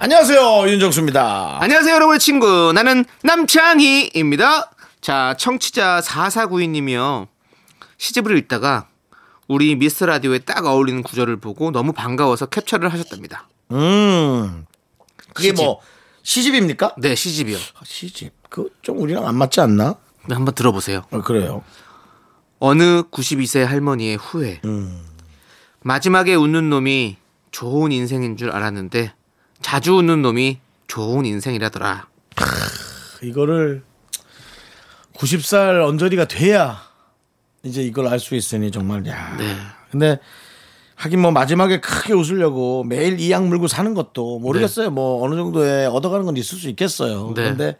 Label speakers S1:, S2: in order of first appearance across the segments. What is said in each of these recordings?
S1: 안녕하세요 윤정수입니다.
S2: 안녕하세요, 여러분의 친구. 나는 남창희입니다. 자, 청취자 4492님이요. 시집을 읽다가 우리 미스 라디오에 딱 어울리는 구절을 보고 너무 반가워서 캡처를 하셨답니다.
S1: 음 그게
S2: 시집.
S1: 뭐 시집입니까?
S2: 네, 시집이요.
S1: 시집 그 좀 우리랑 안 맞지 않나?
S2: 한번 들어보세요.
S1: 어, 그래요.
S2: 어느 92세 할머니의 후회. 마지막에 웃는 놈이 좋은 인생인 줄 알았는데 자주 웃는 놈이 좋은 인생이라더라.
S1: 이거를 90살 언저리가 돼야 이제 이걸 알 수 있으니 정말 야.
S2: 네.
S1: 근데 하긴 뭐 마지막에 크게 웃으려고 매일 이 약 물고 사는 것도 모르겠어요. 뭐 어느 정도의 얻어가는 건 있을 수 있겠어요.
S2: 네.
S1: 근데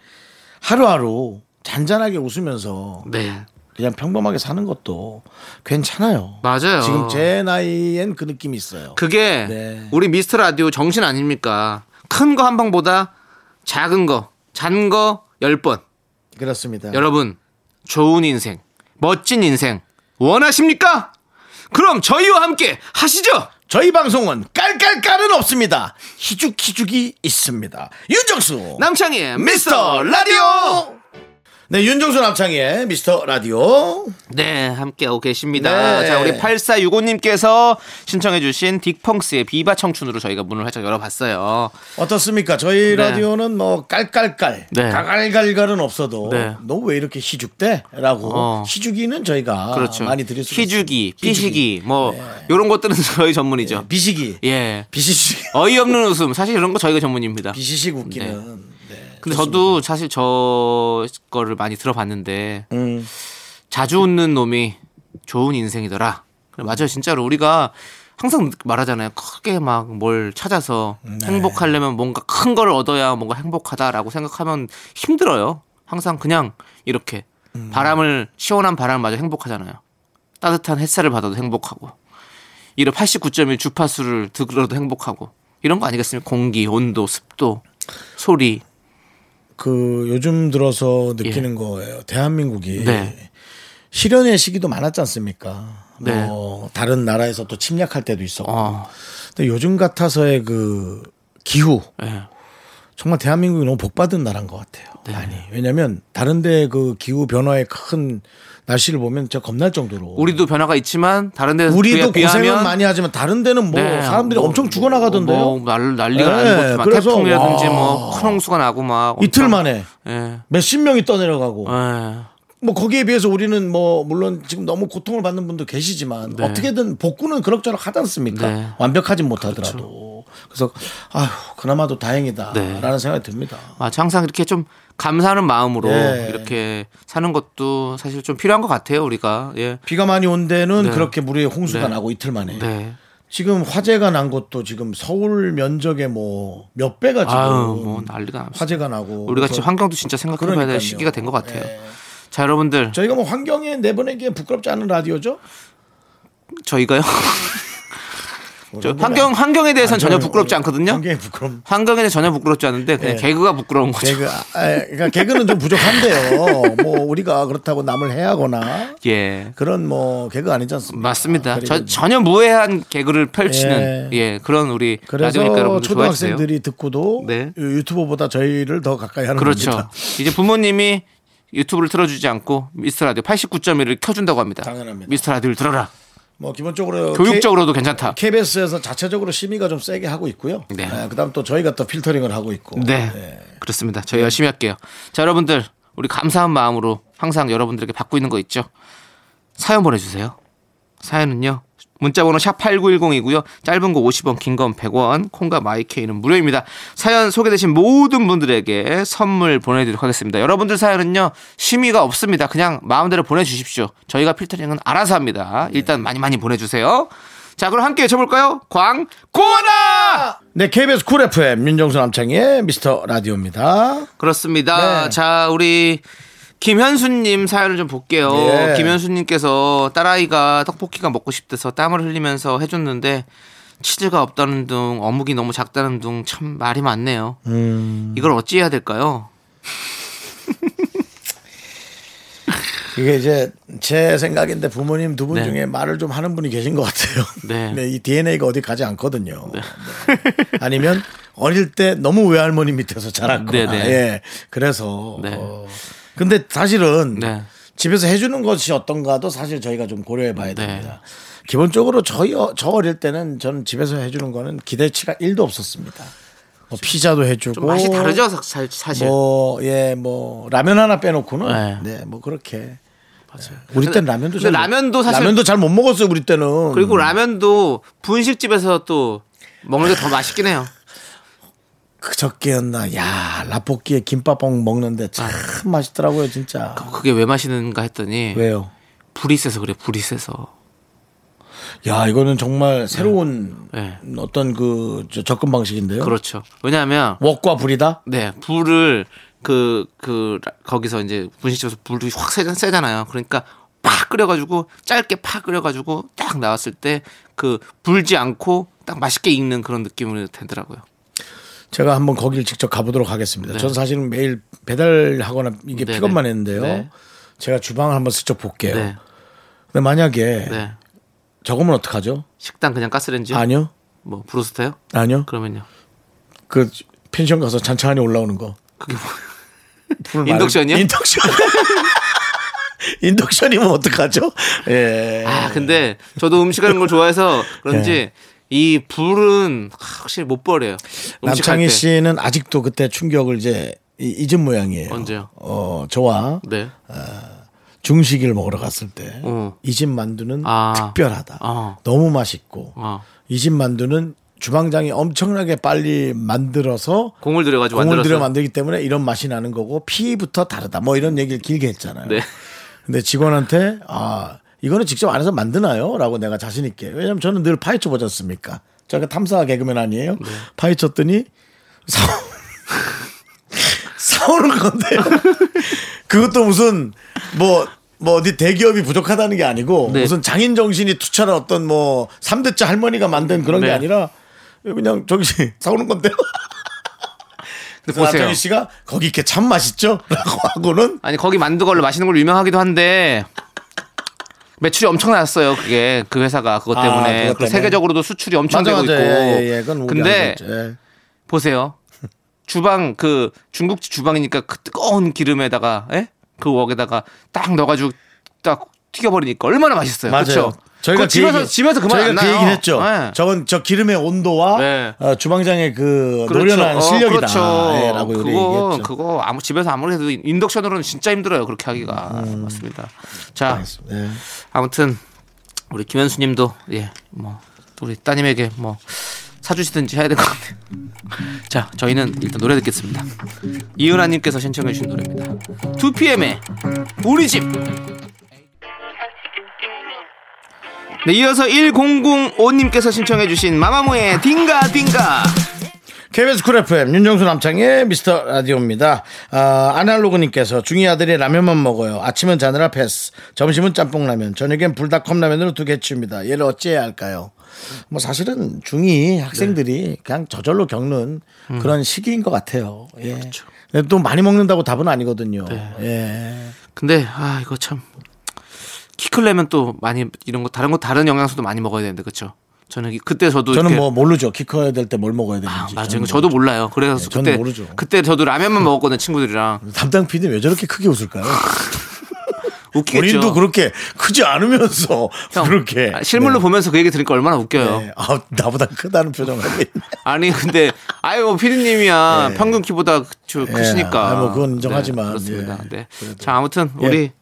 S1: 하루하루 잔잔하게 웃으면서
S2: 네.
S1: 그냥 평범하게 사는 것도 괜찮아요.
S2: 맞아요.
S1: 지금 제 나이엔 그 느낌이 있어요.
S2: 그게
S1: 네.
S2: 우리 미스터 라디오 정신 아닙니까? 큰 거 한 방보다 작은 거, 잔 거 열번
S1: 그, 렇습니다
S2: 여러분, 좋은 인생, 멋진 인생 원하십니까? 그럼 저희와 함께 하시죠.
S1: 저희 방송은 깔깔깔은 없습니다. 희죽희죽이 있습니다. 윤정수
S2: 남창희의
S1: 어. 미스터 라디오. 네, 윤정수 남창희의 미스터 라디오.
S2: 네, 함께하고 계십니다.
S1: 네.
S2: 자, 우리 8465님께서 신청해주신 딕펑스의 비바 청춘으로 저희가 문을 활짝 열어봤어요.
S1: 어떻습니까? 저희 라디오는 뭐 깔깔깔,
S2: 네.
S1: 가갈갈갈은 없어도
S2: 네.
S1: 너 왜 이렇게 희죽대?라고
S2: 어.
S1: 희죽이는 저희가
S2: 그렇죠.
S1: 아, 많이 드릴 수 네.
S2: 희죽이,
S1: 있어요.
S2: 피식이, 뭐, 요런 것들은 저희 전문이죠.
S1: 비식이,
S2: 예.
S1: 비시식,
S2: 어이없는 웃음. 사실 이런 거 저희가 전문입니다.
S1: 비시식 웃기는. 네.
S2: 근데 저도 사실 저 거를 많이 들어봤는데
S1: 음.
S2: 자주 웃는 놈이 좋은 인생이더라. 그래, 맞아요. 진짜로 우리가 항상 말하잖아요. 크게 막 뭘 찾아서
S1: 네.
S2: 행복하려면 뭔가 큰 걸 얻어야 뭔가 행복하다라고 생각하면 힘들어요. 항상 그냥 이렇게
S1: 음.
S2: 바람을 시원한 바람을 맞아 행복하잖아요. 따뜻한 햇살을 받아도 행복하고 이런 89.1 주파수를 들어도 행복하고 이런 거 아니겠습니까? 공기, 온도, 습도, 소리.
S1: 그 요즘 들어서 느끼는 거예요. 대한민국이
S2: 네.
S1: 실현의 시기도 많았지 않습니까?
S2: 네.
S1: 뭐 다른 나라에서 또 침략할 때도 있었고.
S2: 어.
S1: 근데 요즘 같아서의 그 기후
S2: 예.
S1: 정말 대한민국이 너무 복받은 나라인 것 같아요.
S2: 네.
S1: 많이. 왜냐면 다른데 그 기후 변화의 큰 날씨를 보면 진짜 겁날 정도로.
S2: 우리도 변화가 있지만 다른 데에
S1: 우리도
S2: 비하면
S1: 고생은 많이 하지만 다른 데는 뭐
S2: 네,
S1: 사람들이
S2: 뭐,
S1: 엄청 죽어나가던데요.
S2: 뭐 난- 난리가
S1: 네,
S2: 나는 것막
S1: 그래서
S2: 태풍이라든지
S1: 와.
S2: 뭐 큰 홍수가 나고 막 엄청-
S1: 이틀 만에
S2: 예. 예.
S1: 몇십 명이 떠내려가고 뭐 거기에 비해서 우리는 뭐 물론 지금 너무 고통을 받는 분도 계시지만 어떻게든 복구는 그럭저럭 하지 않습니까?
S2: 네. 그렇죠.
S1: 완벽하진 못하더라도. 그래서 아휴 그나마도
S2: 네.
S1: 다행이다라는 생각이 듭니다.
S2: 아, 항상 이렇게 좀 감사하는 마음으로
S1: 네.
S2: 이렇게 사는 것도 사실 좀 필요한 것 같아요, 우리가. 예.
S1: 비가 많이 온 데는
S2: 네.
S1: 그렇게 물에 홍수가
S2: 네.
S1: 나고 이틀 만에
S2: 네.
S1: 지금 화재가 난 것도 지금 서울 면적의 뭐 몇 배가 지금
S2: 아유, 뭐 난리가 납니다.
S1: 화재가 나고
S2: 우리 같이
S1: 그래서
S2: 환경도 진짜 생각해 봐야
S1: 뭐 그러니까요.
S2: 될 시기가 된 것 같아요.
S1: 예.
S2: 자, 여러분들.
S1: 저희가 뭐 환경에 내보내기에 부끄럽지 않은 라디오죠?
S2: 저희가요. 저 환경 환경에 대해서는
S1: 뭐
S2: 전혀
S1: 환경에-
S2: 부끄럽지 않거든요.
S1: 네. 환경에 부끄럼
S2: 환경에는 전혀 부끄럽지 않은데
S1: 예.
S2: 그냥 개그가 부끄러운 거죠.
S1: 개그, 아, 그러니까 개그는 좀 부족한데요. 뭐 우리가 그렇다고 남을 해하거나
S2: 예.
S1: 그런 뭐 개그 아니지 않습니까?
S2: 맞습니다.
S1: 그리고
S2: 저, 전혀 무해한 개그를 펼치는 예, 그런 우리 라디오니까
S1: 그래서
S2: 여러분들 좋아해주세요.
S1: 초등학생들이 듣고도
S2: 네.
S1: 유튜버보다 저희를 더 가까이 하는
S2: 그렇죠.
S1: 겁니다.
S2: 이제 부모님이 유튜브를 틀어주지 않고 미스터 라디오 89.1을 켜준다고 합니다.
S1: 당연합니다.
S2: 미스터 라디오를 들어라.
S1: 뭐 기본적으로
S2: 교육적으로도 괜찮다.
S1: KBS에서 자체적으로 심의가 좀 세게 하고 있고요.
S2: 네.
S1: 아, 그다음 또 저희가 또 필터링을 하고 있고.
S2: 네. 그렇습니다. 저희 열심히 할게요. 자, 여러분들 우리 감사한 마음으로 항상 여러분들에게 받고 있는 거 있죠. 사연 보내주세요. 사연은요. 문자번호 샵 8910이고요. 짧은 거 50원, 긴 건 100원, 콩과 마이케이는 무료입니다. 사연 소개되신 모든 분들에게 선물 보내드리도록 하겠습니다. 여러분들 사연은요. 심의가 없습니다.
S1: 네.
S2: 그냥 마음대로 보내주십시오. 저희가 필터링은 알아서 합니다. 일단 많이 많이 보내주세요. 자, 그럼 함께 외쳐볼까요? 광고나!
S1: 네, KBS 쿨 FM 윤정수 남창희의 미스터 라디오입니다.
S2: 그렇습니다.
S1: 네.
S2: 자, 우리 김현수님 사연을 좀 볼게요.
S1: 예.
S2: 김현수님께서 딸아이가 떡볶이가 먹고 싶대서 땀을 흘리면서 해줬는데 치즈가 없다는 둥, 어묵이 너무 작다는 둥 참 말이 많네요.
S1: 음.
S2: 이걸 어찌 해야 될까요?
S1: 이게 이제 제 생각인데 부모님 두 분
S2: 네.
S1: 중에 말을 좀 하는 분이 계신 것 같아요.
S2: 네.
S1: 이 DNA가 어디 가지 않거든요. 네. 아니면 어릴 때 너무 외할머니 밑에서 자랐거나.
S2: 네, 네.
S1: 예. 그래서.
S2: 네.
S1: 어, 근데 사실은
S2: 네.
S1: 집에서 해주는 것이 어떤가도 사실 저희가 좀 고려해 봐야
S2: 네.
S1: 됩니다. 기본적으로 저희 어- 저 어릴 때는 저는 집에서 해주는 거는 기대치가 1도 없었습니다. 뭐 피자도 해주고
S2: 좀 맛이 다르죠, 사- 사- 사실.
S1: 뭐, 예, 뭐, 라면 하나 빼놓고는. 네,
S2: 네.
S1: 뭐, 그렇게. 맞아요. 우리 땐 라면도 잘.
S2: 근데 라면도 사실-
S1: 라면도 잘 못 먹었어요, 우리 때는.
S2: 그리고 라면도 분식집에서 또 먹는 게 더 맛있긴 해요.
S1: 그저께였나. 야, 라볶이에 김밥봉 먹는데 참 맛있더라고요, 진짜.
S2: 아. 그게 왜 맛있는가 했더니
S1: 아. 왜요?
S2: 불이 세서 그래, 불이 세서.
S1: 야, 이거는 정말 새로운
S2: 네.
S1: 어떤 그 저- 접근 방식인데요.
S2: 그렇죠. 왜냐하면
S1: 웍과 불이다?
S2: 네, 불을 그, 그, 라- 거기서 이제 분식집에서 불이 확 세, 세잖아요. 그러니까 팍 끓여가지고 짧게 팍 끓여가지고 딱 나왔을 때 그 불지 않고 딱 맛있게 익는 그런 느낌으로 되더라고요.
S1: 제가 한번 거기를 직접 가보도록 하겠습니다.
S2: 네.
S1: 저는 사실은 매일 배달하거나 이게
S2: 네네.
S1: 픽업만 했는데요.
S2: 네.
S1: 제가 주방을 한번 슬쩍 볼게요.
S2: 네,
S1: 근데 만약에
S2: 네.
S1: 저거면 어떡하죠?
S2: 식당 그냥 가스레인지?
S1: 예. 아니요.
S2: 뭐, 브로스타요?
S1: 아니요.
S2: 그러면요.
S1: 그 펜션 가서 잔찬이 올라오는 거.
S2: 그게 뭐.
S1: 불 말을-
S2: 인덕션이요?
S1: 인덕션. 인덕션이면 어떡하죠? 예.
S2: 아, 근데 저도 음식하는 걸 좋아해서 그런지 이 불은 확실히 못 버려요. 음식할
S1: 남창희
S2: 때.
S1: 씨는 아직도 그때 충격을 이제 이- 잊은 모양이에요.
S2: 언제요?
S1: 어, 저와
S2: 네.
S1: 중식을 먹으러 갔을 때
S2: 어.
S1: 이 집 만두는
S2: 아.
S1: 특별하다.
S2: 어.
S1: 너무 맛있고
S2: 어.
S1: 이 집 만두는 주방장이 엄청나게 빨리 만들어서
S2: 공을 들여가지고
S1: 공을 들여
S2: 만들었어요.
S1: 만들기 때문에 이런 맛이 나는 거고 피부터 다르다. 뭐 이런 얘기를 길게 했잖아요.
S2: 네.
S1: 근데 직원한테 아 이거는 직접 안에서 만드나요?라고 내가 자신 있게 왜냐면 저는 늘 파헤쳐 보지 않습니까? 제가 탐사 개그맨 아니에요?
S2: 네.
S1: 파헤쳤더니 사 사오는 건데요. 그것도 무슨 뭐. 뭐 어디 대기업이 부족하다는 게 아니고
S2: 네.
S1: 무슨 장인 정신이 투철한 어떤 뭐 삼대째 할머니가 만든 그런 게
S2: 네.
S1: 아니라 그냥 저기 사오는 건데요.
S2: 근데 보세요.
S1: 남정희 씨가 거기 이렇게 참 맛있죠라고 하고는
S2: 아니 거기 만두걸로 맛있는 걸로 유명하기도 한데 매출이 엄청 났어요 그게 그 회사가 그것
S1: 아,
S2: 때문에
S1: 그것
S2: 그리고
S1: 때문에.
S2: 세계적으로도 수출이 엄청 되고 있고
S1: 예, 예, 예. 그건 우리
S2: 근데 네.
S1: 알고 있죠. 예.
S2: 보세요 주방 그 중국집 주방이니까 그 뜨거운 기름에다가 예? 그 웍에다가 딱 넣어가지고 딱 튀겨버리니까 얼마나 맛있어요
S1: 맞아요.
S2: 그렇죠
S1: 저희가 그
S2: 집에서
S1: 얘기-
S2: 집에서 그만
S1: 저희가
S2: 안
S1: 그
S2: 나요
S1: 얘기를 했죠.
S2: 예.
S1: 저건 저 기름의 온도와
S2: 네.
S1: 어, 주방장의 그
S2: 그렇죠.
S1: 노련한
S2: 어,
S1: 실력이다.
S2: 그렇죠.
S1: 예, 라고 우리
S2: 그거
S1: 얘기했죠.
S2: 그거 아무 집에서 아무리 해도 인덕션으로는 진짜 힘들어요. 그렇게 하기가 맞습니다. 자
S1: 음. 알겠습니다. 예.
S2: 아무튼 우리 김현수님도 예뭐 우리 따님에게 뭐 사주시든지 해야 될 것 같아요. 자 저희는 일단 노래 듣겠습니다. 이은하님께서 신청해 주신 노래입니다. 2PM의 우리 집. 네, 이어서 1005님께서 신청해 주신 마마무의 딩가 딩가.
S1: KBS 쿨 FM 윤정수 남창의 미스터 라디오입니다. 아, 아날로그님께서 중이 아들이 라면만 먹어요. 아침은 자느라 패스, 점심은 짬뽕라면, 저녁엔 불닭컵라면으로 두 개 치웁니다. 얘를 어찌해야 할까요? 뭐 사실은 중이 학생들이
S2: 네.
S1: 그냥 저절로 겪는
S2: 음.
S1: 그런 시기인 것 같아요. 예.
S2: 그렇죠.
S1: 근데 또 많이 먹는다고 답은 아니거든요.
S2: 네.
S1: 예.
S2: 근데 아 이거 참 키 클려면 또 많이 이런 거 다른 거 다른 영양소도 많이 먹어야 되는데 그렇죠? 저는 이- 그때 저도
S1: 저는
S2: 이렇게-
S1: 뭐 모르죠. 키 커야 될 때 뭘 먹어야 되는지.
S2: 아, 맞아요.
S1: 저는
S2: 저도 몰라요. 그래서
S1: 네, 저는
S2: 그때
S1: 모르죠.
S2: 그때 저도 라면만 먹었거든요, 친구들이랑.
S1: 담당 PD 는왜 저렇게 크게 웃을까요?
S2: 웃기겠죠.
S1: 본인도 그렇게 크지 않으면서
S2: 형,
S1: 그렇게
S2: 아, 실물로 보면서 그 얘기 들으니까 얼마나 웃겨요.
S1: 네. 아, 나보다 크다는 표정을 하고 있네.
S2: 아니 근데 아유 뭐 피디님이야 평균 키보다
S1: 예.
S2: 그- 크시니까.
S1: 네. 아, 뭐 그건 인정하지만,
S2: 네, 그렇습니다.
S1: 예.
S2: 네. 자 아무튼 우리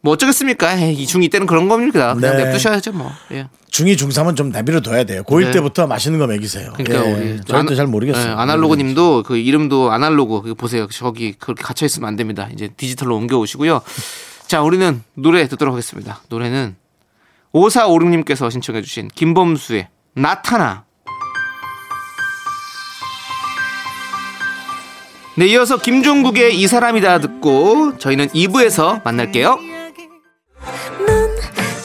S2: 뭐 어쩌겠습니까? 에이, 이 중이 때는 그런 겁니다. 그냥
S1: 네.
S2: 냅두셔야죠 뭐. 예.
S1: 중이 중3은 좀 내비를 둬야 돼요. 고1
S2: 네.
S1: 때부터 맛있는 거 먹이세요.
S2: 그러니까
S1: 예.
S2: 우리
S1: 저희도
S2: 아나-
S1: 잘 모르겠어요. 네,
S2: 예, 아날로그님도 그 이름도 아날로그 그거 보세요. 저기 그렇게 갇혀 있으면 안 됩니다. 이제 디지털로 옮겨 오시고요. 자, 우리는 노래 듣도록 하겠습니다. 노래는 5456님께서 신청해주신 김범수의 나타나. 네, 이어서 김종국의 이 사람이다 듣고 저희는 2부에서 만날게요.
S3: 넌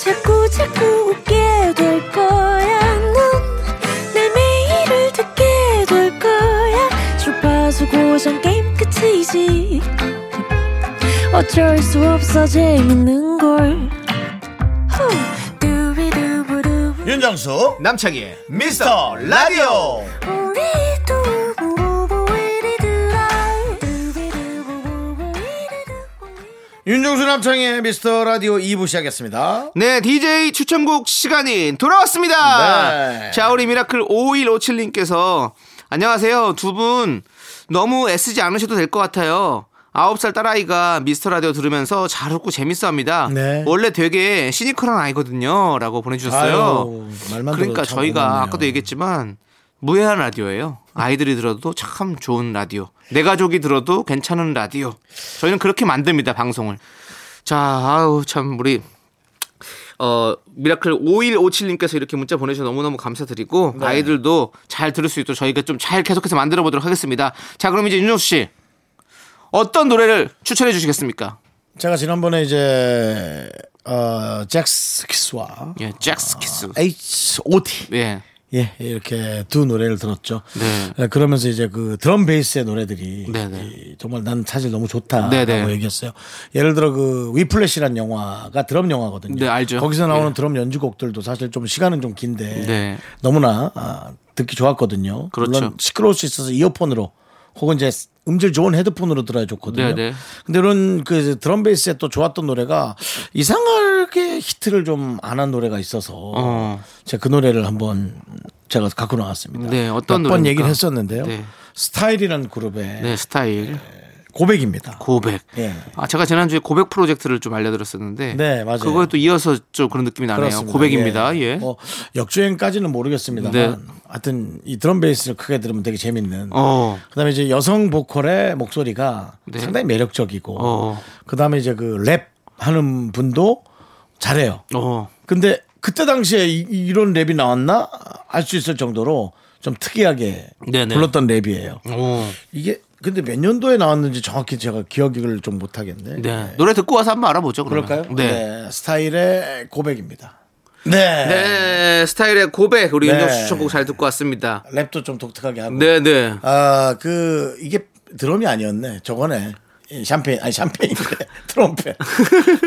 S3: 자꾸 자꾸 웃게 될 거야. 넌내 매일을 듣게 될 거야. 주파수 고정 게임 끝이지. 어쩔 수 없어 재밌는 걸. 후. 두비두부두.
S1: 네. 윤정수
S2: 남창희의
S1: 미스터 라디오
S3: 우리 두부부부 우리 두라. 두비두부부부 우리 두부부.
S1: 윤정수 남창의 미스터 라디오 2부 시작했습니다
S2: 네, DJ 추천곡 시간이 돌아왔습니다.
S1: 네.
S2: 자, 우리 미라클 5157님께서 안녕하세요. 두 분 너무 애쓰지 않으셔도 될 것 같아요. 아홉 살 딸아이가 미스터 라디오 들으면서 잘 웃고 재밌어 합니다.
S1: 네.
S2: 원래 되게 시니컬한 아이거든요. 라고 보내주셨어요.
S1: 아유, 말만
S2: 그러니까
S1: 들어도 참
S2: 저희가
S1: 고맙네요.
S2: 아까도 얘기했지만 무해한 라디오예요. 아이들이 들어도 참 좋은 라디오. 내 가족이 들어도 괜찮은 라디오. 저희는 그렇게 만듭니다, 방송을. 자, 아우, 참, 우리 어, 미라클 5157님께서 이렇게 문자 보내주셔서 너무너무 감사드리고
S1: 네.
S2: 아이들도 잘 들을 수 있도록 저희가 좀 잘 계속해서 만들어 보도록 하겠습니다. 자, 그럼 이제 윤정수 씨 어떤 노래를 추천해 주시겠습니까?
S1: 제가 지난번에 이제 어, 잭스키스와
S2: 예, 잭스키스.
S1: 아, H.O.T.
S2: 예.
S1: 예, 이렇게 두 노래를 들었죠.
S2: 네.
S1: 예, 그러면서 이제 그 드럼 베이스의 노래들이
S2: 네네.
S1: 이 정말 난 사실 너무 좋다라고
S2: 네네.
S1: 얘기했어요. 예를 들어 그 위플래시라는 영화가 드럼 영화거든요.
S2: 네, 알죠.
S1: 거기서 나오는
S2: 예.
S1: 드럼 연주곡들도 사실 좀 시간은 좀 긴데
S2: 네.
S1: 너무나 아, 듣기 좋았거든요.
S2: 그렇죠.
S1: 물론 시끄러울 수 있어서 이어폰으로 혹은 이제 음질 좋은 헤드폰으로 들어야 좋거든요.
S2: 네네.
S1: 근데 이런 그 드럼 베이스에 또 좋았던 노래가 이상하게 히트를 좀 안 한 노래가 있어서
S2: 어.
S1: 제가 그 노래를 한번 제가 갖고 나왔습니다.
S2: 네,
S1: 몇번
S2: 어떤 노래입니까?
S1: 얘기를 했었는데요.
S2: 네.
S1: 스타일이라는 그룹의
S2: 네, 스타일.
S1: 고백입니다.
S2: 고백.
S1: 예.
S2: 아, 제가 지난주에 고백 프로젝트를 좀 알려드렸었는데.
S1: 네, 맞아요.
S2: 그거에 또 이어서 좀 그런 느낌이 나네요. 고백입니다. 예.
S1: 뭐 역주행까지는 모르겠습니다만
S2: 네.
S1: 하여튼 이 드럼 베이스를 크게 들으면 되게 재밌는.
S2: 어.
S1: 그다음에 이제 여성 보컬의 목소리가
S2: 네.
S1: 상당히 매력적이고
S2: 어.
S1: 그다음에 이제 그 랩 하는 분도 잘해요.
S2: 어.
S1: 근데 그때 당시에 이, 런 랩이 나왔나 알 수 있을 정도로 좀 특이하게
S2: 네네.
S1: 불렀던 랩이에요.
S2: 어.
S1: 이게 근데 몇 년도에 나왔는지 정확히 제가 기억을 좀 못하겠네.
S2: 네. 노래 듣고 와서 한번 알아보죠. 그러면.
S1: 그럴까요?
S2: 네.
S1: 네, 스타일의 고백입니다. 네.
S2: 네, 스타일의 고백 우리
S1: 네.
S2: 윤정수 추천곡 잘 듣고 왔습니다.
S1: 랩도 좀 독특하게 하고.
S2: 네, 네.
S1: 아, 그 이게 드럼이 아니었네. 저거네. 이 샴페인 아니 샴페인인데 트럼펫.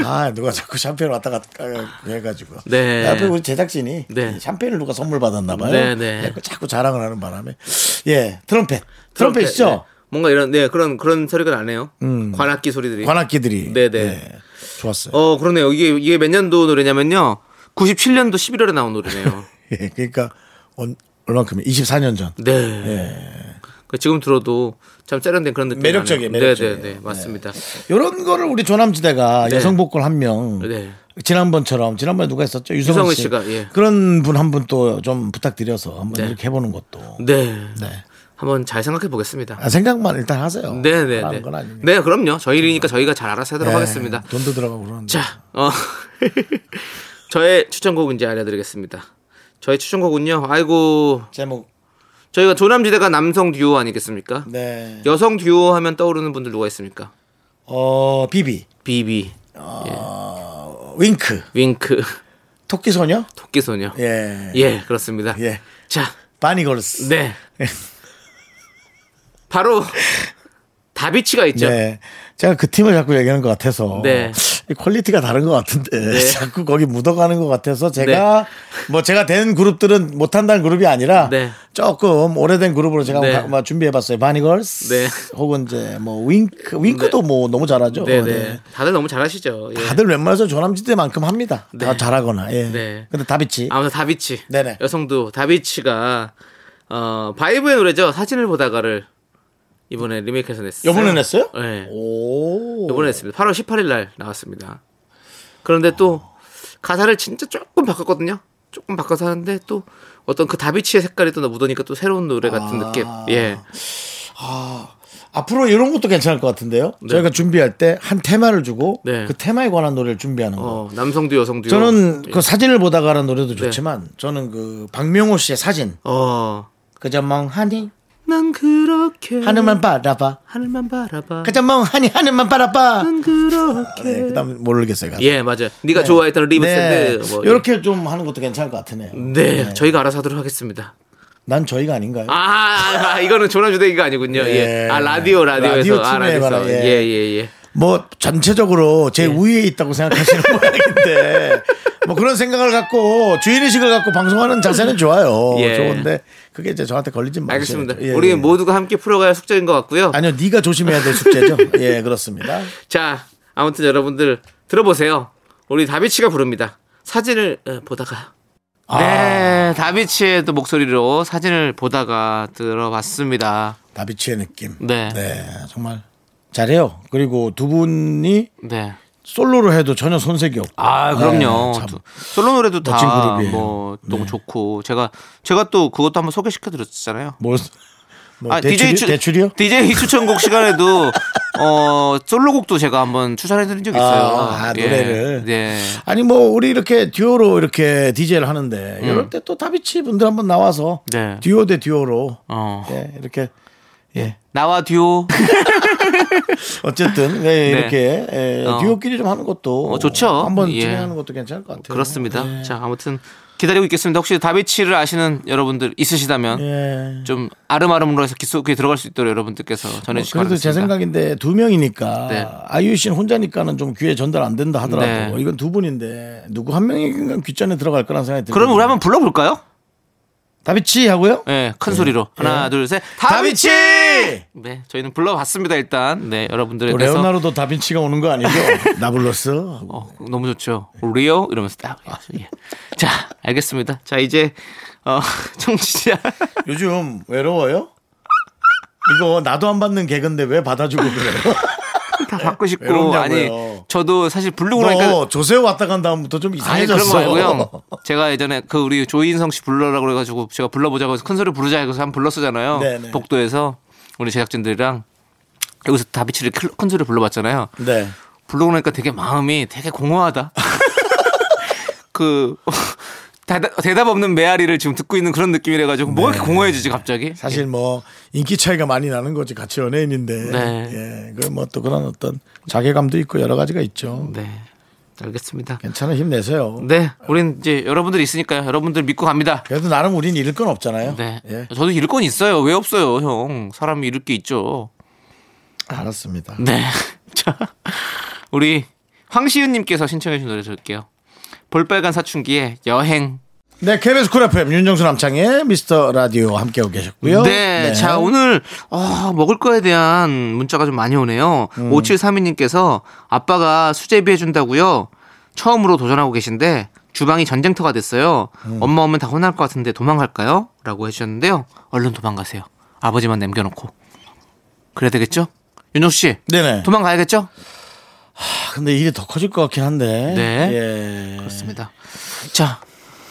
S1: 아 누가 자꾸 샴페인 왔다 갔다 해가지고.
S2: 네.
S1: 앞에 우리 제작진이
S2: 네.
S1: 이 샴페인을 누가 선물 받았나 봐요.
S2: 네, 네.
S1: 그래갖고 자꾸 자랑을 하는 바람에 예 트럼펫 트럼펫이죠. 음.
S2: 네. 뭔가 이런 네, 그런 그런 소리가 나네요. 관악기 소리들이.
S1: 관악기들이.
S2: 네, 네.
S1: 예, 좋았어요.
S2: 어, 그러네요. 이게 이게 몇 년도 노래냐면요. 97년도 11월에 나온 노래네요.
S1: 예, 그러니까 얼- 얼만큼 24년 전.
S2: 네. 그 지금 들어도 참 세련된 그런 느낌.
S1: 매력적이에요, 매력적이에요.
S2: 네, 네, 네. 맞습니다.
S1: 이런 거를 우리 조남지대가
S2: 네.
S1: 여성 보컬 한 명.
S2: 네.
S1: 지난번처럼 지난번에 누가 했었죠? 유성은
S2: 유성은
S1: 씨.
S2: 씨가, 예.
S1: 그런 분 한 분 또 좀 부탁드려서 한번
S2: 네.
S1: 이렇게 해보는 것도.
S2: 네.
S1: 네.
S2: 한번 잘 생각해 보겠습니다.
S1: 아, 생각만 일단 하세요.
S2: 네, 네,
S1: 하는
S2: 네.
S1: 건 아니니까.
S2: 네, 그럼요. 저희니까 저희가 잘 알아서 하도록
S1: 네,
S2: 하겠습니다.
S1: 돈도 들어가고 그러는데.
S2: 자, 어. 저의 추천곡 이제 알려드리겠습니다. 저의 추천곡은요. 아이고,
S1: 제목.
S2: 저희가 조남지대가 남성 듀오 아니겠습니까?
S1: 네.
S2: 여성 듀오 하면 떠오르는 분들 누가 있습니까?
S1: 어, 비비.
S2: 비비,
S1: 어, 윙크.
S2: 윙크,
S1: 토끼 소녀?
S2: 토끼소녀. 예,
S1: 예.
S2: 그렇습니다.
S1: 예.
S2: 자,
S1: 바니걸스.
S2: 네. 바로 다비치가 있죠.
S1: 네. 제가 그 팀을 자꾸 얘기하는 것 같아서
S2: 예. 네.
S1: 이 퀄리티가 다른 것 같은데
S2: 네.
S1: 자꾸 거기 묻어가는 것 같아서 제가 뭐 제가 된 그룹들은 못한다는 그룹이 아니라
S2: 네.
S1: 조금 오래된 그룹으로 제가
S2: 네.
S1: 한번 준비해봤어요. 바니걸스
S2: 네.
S1: 혹은 이제 뭐 윙크 윙크도 뭐 너무 잘하죠.
S2: 네,
S1: 네.
S2: 네. 다들 너무 잘하시죠. 예.
S1: 다들 웬만해서 조남지대만큼 합니다. 다
S2: 네.
S1: 잘하거나. 예.
S2: 네.
S1: 근데 다비치.
S2: 아무튼 다비치.
S1: 네네.
S2: 여성도 다비치가 어 바이브의 노래죠. 사진을 보다가를 이번에 리메이크해서 냈어요.
S1: 요번에 냈어요?
S2: 네.
S1: 오.
S2: 이번에 냈습니다. 8월 18일 날 나왔습니다. 그런데 또 가사를 진짜 조금 바꿨거든요. 조금 바꿔서 하는데 또
S1: 아.
S2: 어떤 그 다비치의 색깔이 또 묻으니까 또 새로운 노래 같은 느낌. 예.
S1: 앞으로 이런 것도 괜찮을 것 같은데요. 저희가 준비할 때 한 테마를 주고
S2: 네.
S1: 그 테마에 관한 노래를 준비하는 거.
S2: 어, 남성도 여성도
S1: 저는
S2: 예.
S1: 그 사진을 보다가라는 노래도
S2: 네.
S1: 좋지만 저는 그 박명호 씨의 사진
S2: 어.
S1: 그저 멍하니
S2: 난 그렇게
S1: 하늘만 바라봐
S2: 하늘만 바라봐.
S1: 그저 멍하니 하늘만 바라봐
S2: 난
S1: 네,
S2: 그렇게.
S1: 그다음 모르겠어요. 가사.
S2: 예, 맞아. 요 네가 좋아했던 리브
S1: 네,
S2: 샌드 뭐
S1: 이렇게 좀 하는 것도 괜찮을 것 같으네요.
S2: 네, 저희가 알아서 하도록 하겠습니다.
S1: 난 저희가 아닌가요?
S2: 아, 아, 아, 이거는 조남주대기가 아니군요.
S1: 예.
S2: 예. 아, 라디오,
S1: 라디오
S2: 라디오에서. 아,
S1: 팀에
S2: 라디오에서.
S1: 관한,
S2: 예,
S1: 예.
S2: 예, 예.
S1: 뭐 전체적으로 제 우위에 있다고 생각하시는 모양인데 뭐 그런 생각을 갖고 주인의식을 갖고 방송하는 자세는 좋아요.
S2: 예.
S1: 좋은데 그게 이제 저한테 걸리진 마세요.
S2: 알겠습니다.
S1: 예,
S2: 우리
S1: 예.
S2: 모두가 함께 풀어가야 숙제인 것 같고요.
S1: 아니요, 네가 조심해야 될 숙제죠. 예, 그렇습니다.
S2: 자, 아무튼 여러분들 들어보세요. 우리 다비치가 부릅니다. 사진을 어, 보다가.
S1: 아,
S2: 네, 다비치의 또 목소리로 사진을 보다가 들어봤습니다.
S1: 다비치의 느낌.
S2: 네.
S1: 네, 정말 잘해요. 그리고 두 분이
S2: 네.
S1: 솔로로 해도 전혀 손색이 없고.
S2: 아,
S1: 네,
S2: 그럼요.
S1: 참.
S2: 두- 솔로 노래도
S1: 멋진
S2: 다
S1: 그룹이에요. 네.
S2: 뭐 너무 좋고 제가 제가 또 그것도 한번 소개시켜 드렸잖아요.
S1: 뭘, 뭐
S2: 아,
S1: 대출이,
S2: 추-
S1: 대출이요?
S2: DJ 추천곡 시간에도 어 솔로곡도 제가 한번 추천해드린 적이 있어요. 예.
S1: 아, 아, 노래를.
S2: 네.
S1: 아니 뭐 우리 이렇게 듀오로 이렇게 DJ를 하는데 이럴 때 또 다비치 분들 한번 나와서
S2: 음. 네.
S1: 듀오 대 듀오로
S2: 어.
S1: 예, 이렇게 예
S2: 나와 듀오
S1: 네. 어쨌든 예, 이렇게 예,
S2: 네. 어.
S1: 듀오끼리 좀 하는 것도
S2: 어, 좋죠.
S1: 한번
S2: 예.
S1: 진행하는 것도 괜찮을 것 같아요.
S2: 그렇습니다.
S1: 예.
S2: 자 아무튼 기다리고 있겠습니다. 혹시 다비치를 아시는 여러분들 있으시다면
S1: 예.
S2: 좀 아름아름으로 해서 기속에 들어갈 수 있도록 여러분들께서 전해주시기
S1: 뭐, 어, 그래도
S2: 바랍니다.
S1: 제 생각인데 두 명이니까
S2: 네.
S1: 아이유 씨는 혼자니까는 좀 귀에 전달 안 된다 하더라도 뭐
S2: 네.
S1: 이건 두 분인데 누구 한 명이 귀전에 들어갈 거란 생각이 들어요.
S2: 그럼 우리 한번 불러볼까요?
S1: 다비치 하고요.
S2: 예, 큰 소리로 하나,
S1: 예.
S2: 둘, 셋,
S1: 다비치!
S2: 다비치! 네, 저희는 불러봤습니다 일단. 네, 여러분들에
S1: 또
S2: 대해서
S1: 뭐 레오나르도 다빈치가 오는 거 아니죠? 나 불렀어.
S2: 어, 너무 좋죠. 리오 이러면서 딱. 예. 자, 알겠습니다. 자, 이제 어, 청취자
S1: 요즘 외로워요? 이거 나도 안 받는 개그인데 왜 받아주고 그래요?
S2: 다 받고 싶고
S1: 외롭냐고요.
S2: 아니 저도 사실 부르고 나니까
S1: 너 조세호 왔다 간 다음부터 좀
S2: 그러니까 아니 그런 거
S1: 이상해졌어.
S2: 말고요. 제가 예전에 그 우리 조인성 씨 불러라고 그래가지고 제가 불러보자고 해서 큰 소리 부르자 해서 한 번 불렀었잖아요.
S1: 네네.
S2: 복도에서 우리 제작진들이랑 여기서 다비치를 클- 큰 소리 불러봤잖아요.
S1: 네.
S2: 부르고 나니까 되게 마음이 되게 공허하다. 그 대답, 대답 없는 메아리를 지금 듣고 있는 그런 느낌이라가지고 뭐가 이렇게 공허해지지 갑자기?
S1: 네. 사실 뭐 인기 차이가 많이 나는 거지 같이 연예인인데.
S2: 네.
S1: 예. 그뭐또 그런 어떤 자괴감도 있고 여러 가지가 있죠.
S2: 네, 알겠습니다.
S1: 괜찮아 힘내세요.
S2: 네, 우린 이제 여러분들 있으니까요. 여러분들 믿고 갑니다.
S1: 그래도 나름 우린 잃을 건 없잖아요.
S2: 네,
S1: 예.
S2: 저도 잃을 건 있어요. 왜 없어요, 형? 사람이 잃을 게 있죠.
S1: 알았습니다.
S2: 네, 자, 우리 황시은님께서 신청해주신 노래 들을게요. 볼빨간 사춘기의 여행.
S1: 네, KBS 쿨 FM 윤정수 남창의 미스터 라디오 함께하고 계셨고요.
S2: 네, 자 오늘 어, 먹을 거에 대한 문자가 좀 많이 오네요.
S1: 음.
S2: 5732님께서 아빠가 수제비 해준다고요. 처음으로 도전하고 계신데 주방이 전쟁터가 됐어요.
S1: 음.
S2: 엄마 오면 다 혼날 것 같은데 도망갈까요? 라고 해주셨는데요. 얼른 도망가세요. 아버지만 남겨놓고. 그래야 되겠죠? 윤호 씨.
S1: 네네.
S2: 도망가야겠죠?
S1: 아, 근데 일이 더 커질 것 같긴 한데.
S2: 네.
S1: 예.
S2: 그렇습니다. 자,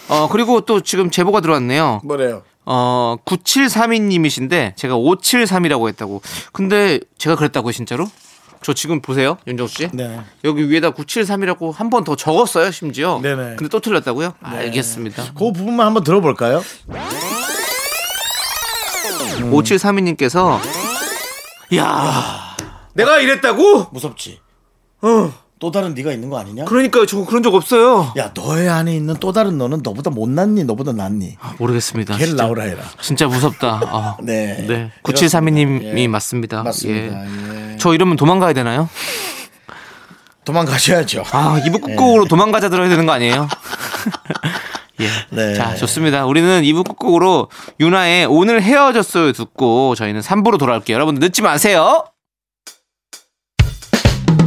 S2: 어, 그리고 또 지금 제보가 들어왔네요.
S1: 뭐래요?
S2: 어, 9732님이신데 제가 5732라고 했다고. 근데 제가 그랬다고요, 진짜로? 저 지금 보세요, 윤정수 씨.
S1: 네.
S2: 여기 위에다 9732라고 한 번 더 적었어요, 심지어.
S1: 네네.
S2: 근데 또 틀렸다고요? 알겠습니다.
S1: 그 부분만 한번 들어볼까요?
S2: 5732님께서 야, 내가 이랬다고?
S1: 무섭지.
S2: 어.
S1: 또 다른 네가 있는 거 아니냐?
S2: 그러니까요, 저 그런 적 없어요.
S1: 야, 너의 안에 있는 또 다른 너는 너보다 못났니? 너보다 낫니?
S2: 아, 모르겠습니다.
S1: 걔를
S2: 진짜,
S1: 나오라 해라.
S2: 진짜 무섭다. 아.
S1: 네.
S2: 네. 9732님이
S1: 예.
S2: 맞습니다.
S1: 맞습니다.
S2: 예.
S1: 예.
S2: 저 이러면 도망가야 되나요?
S1: 도망가셔야죠.
S2: 아, 이부 끝곡으로
S1: 예.
S2: 도망가자 들어야 되는 거 아니에요? 예.
S1: 네.
S2: 자, 좋습니다. 우리는 이부 끝곡으로 윤아의 오늘 헤어졌어요 듣고 저희는 3부로 돌아올게요. 여러분 늦지 마세요.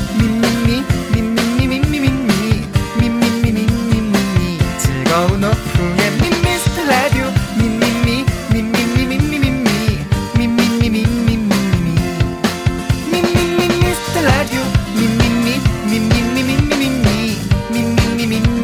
S4: 미미미 미미미미미미 미미미미미미 즐거운 오후에 미스터 라디오 미미미 미미미미미미 미미미미미미미 미미미 미스터 라디오 미미미 미미미미미미 미미미미미미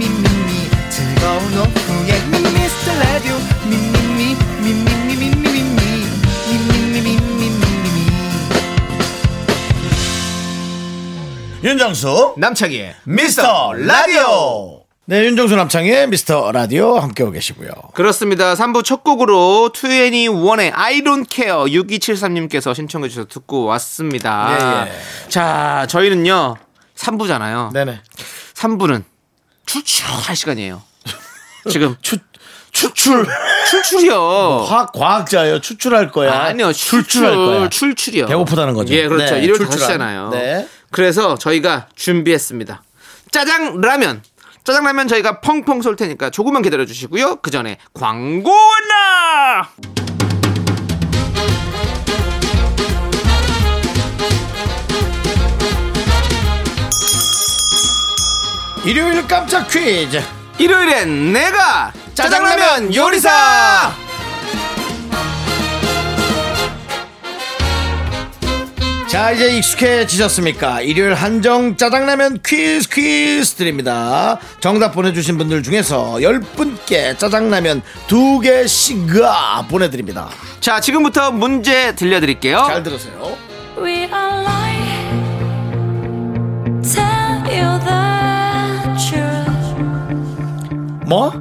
S5: 윤정수
S6: 남창희의
S5: 미스터 라디오
S1: 네, 윤정수 남창의 미스터 라디오 함께하고 계시고요.
S2: 그렇습니다. 3부 첫 곡으로 2NE1의 I don't care 6273님께서 신청해 주셔서 듣고 왔습니다.
S1: 예,
S2: 자, 저희는요. 3부잖아요.
S1: 네네.
S2: 3부는 출출할 시간이에요. 지금
S1: 추, 추출.
S2: 출출이요.
S1: 과학, 과학자예요. 추출할 거야.
S2: 어. 아니요.
S1: 출출할 거야.
S2: 출출 출출이요.
S1: 배고프다는 거죠.
S2: 예, 그렇죠.
S1: 네,
S2: 일요일
S1: 출출한.
S2: 다시잖아요.
S1: 네.
S2: 그래서 저희가 준비했습니다. 짜장 라면. 짜장 라면 저희가 펑펑 쏠 테니까 조금만 기다려 주시고요. 그 전에 광고나.
S1: 일요일 깜짝 퀴즈.
S2: 일요일엔 내가 짜장라면 요리사.
S1: 자, 이제 익숙해지셨습니까? 일요일 한정 짜장라면 퀴즈 퀴즈 드립니다. 정답 보내주신 분들 중에서 10분께 짜장라면 2개씩 보내드립니다.
S2: 자, 지금부터 문제 들려드릴게요.
S1: 잘 들으세요.
S3: We are lying. Tell you the truth.
S1: 뭐?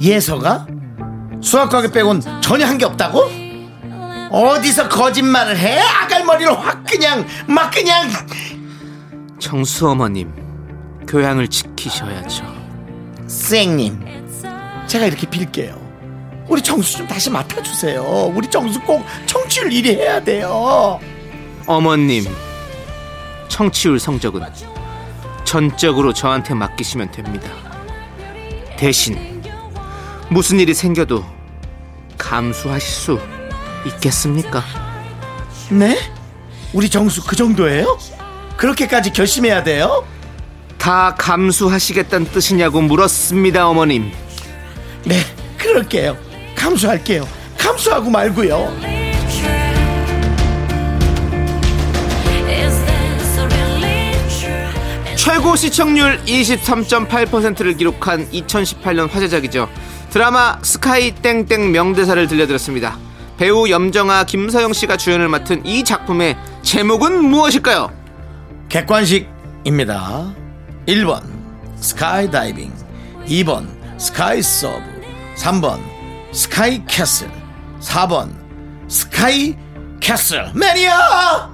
S1: 예서가? 수학과게 빼곤 전혀 한 게 없다고? 어디서 거짓말을 해? 아갈머리로 확 그냥 막 그냥
S2: 정수 어머님, 교양을 지키셔야죠.
S1: 선생님 제가 이렇게 빌게요 우리 정수 좀 다시 맡아주세요 우리 정수 꼭 청취율 1위 해야 돼요
S2: 어머님, 청취율 성적은 전적으로 저한테 맡기시면 됩니다. 대신 무슨 일이 생겨도 감수하실 수 있겠습니까?
S1: 네? 우리 정수 그 정도예요? 그렇게까지 결심해야 돼요?
S2: 다 감수하시겠다는 뜻이냐고 물었습니다, 어머님.
S1: 네 그럴게요 감수할게요 감수하고 말고요
S3: Is this really true?
S2: 최고 시청률 23.8%를 기록한 2018년 화제작이죠. 드라마 스카이 땡땡 명대사를 들려드렸습니다. 배우 염정아 김서영 씨가 주연을 맡은 이 작품의 제목은 무엇일까요?
S1: 객관식입니다. 1번 스카이다이빙, 2번 스카이 서브, 3번 스카이 캐슬, 4번 스카이 캐슬 매니아!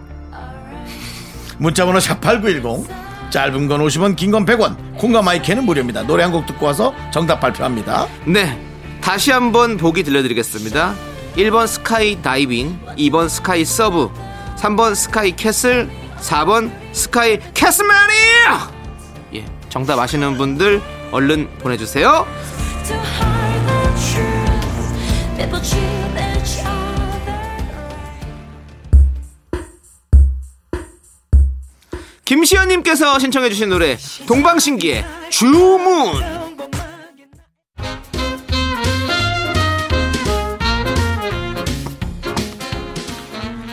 S1: 문자번호 샵8910 짧은 건 50원, 긴 건 100원, 콩과 마이크는 무료입니다. 노래 한 곡 듣고 와서 정답 발표합니다.
S2: 네. 다시 한번 보기 들려드리겠습니다. 1번 스카이 다이빙, 2번 스카이 서브, 3번 스카이 캐슬, 4번 스카이 캐슬맨이에요! 예. 정답 아시는 분들 얼른 보내주세요.
S3: To hide the truth, people cheat each other.
S2: 김시현님께서 신청해주신 노래 동방신기의 주문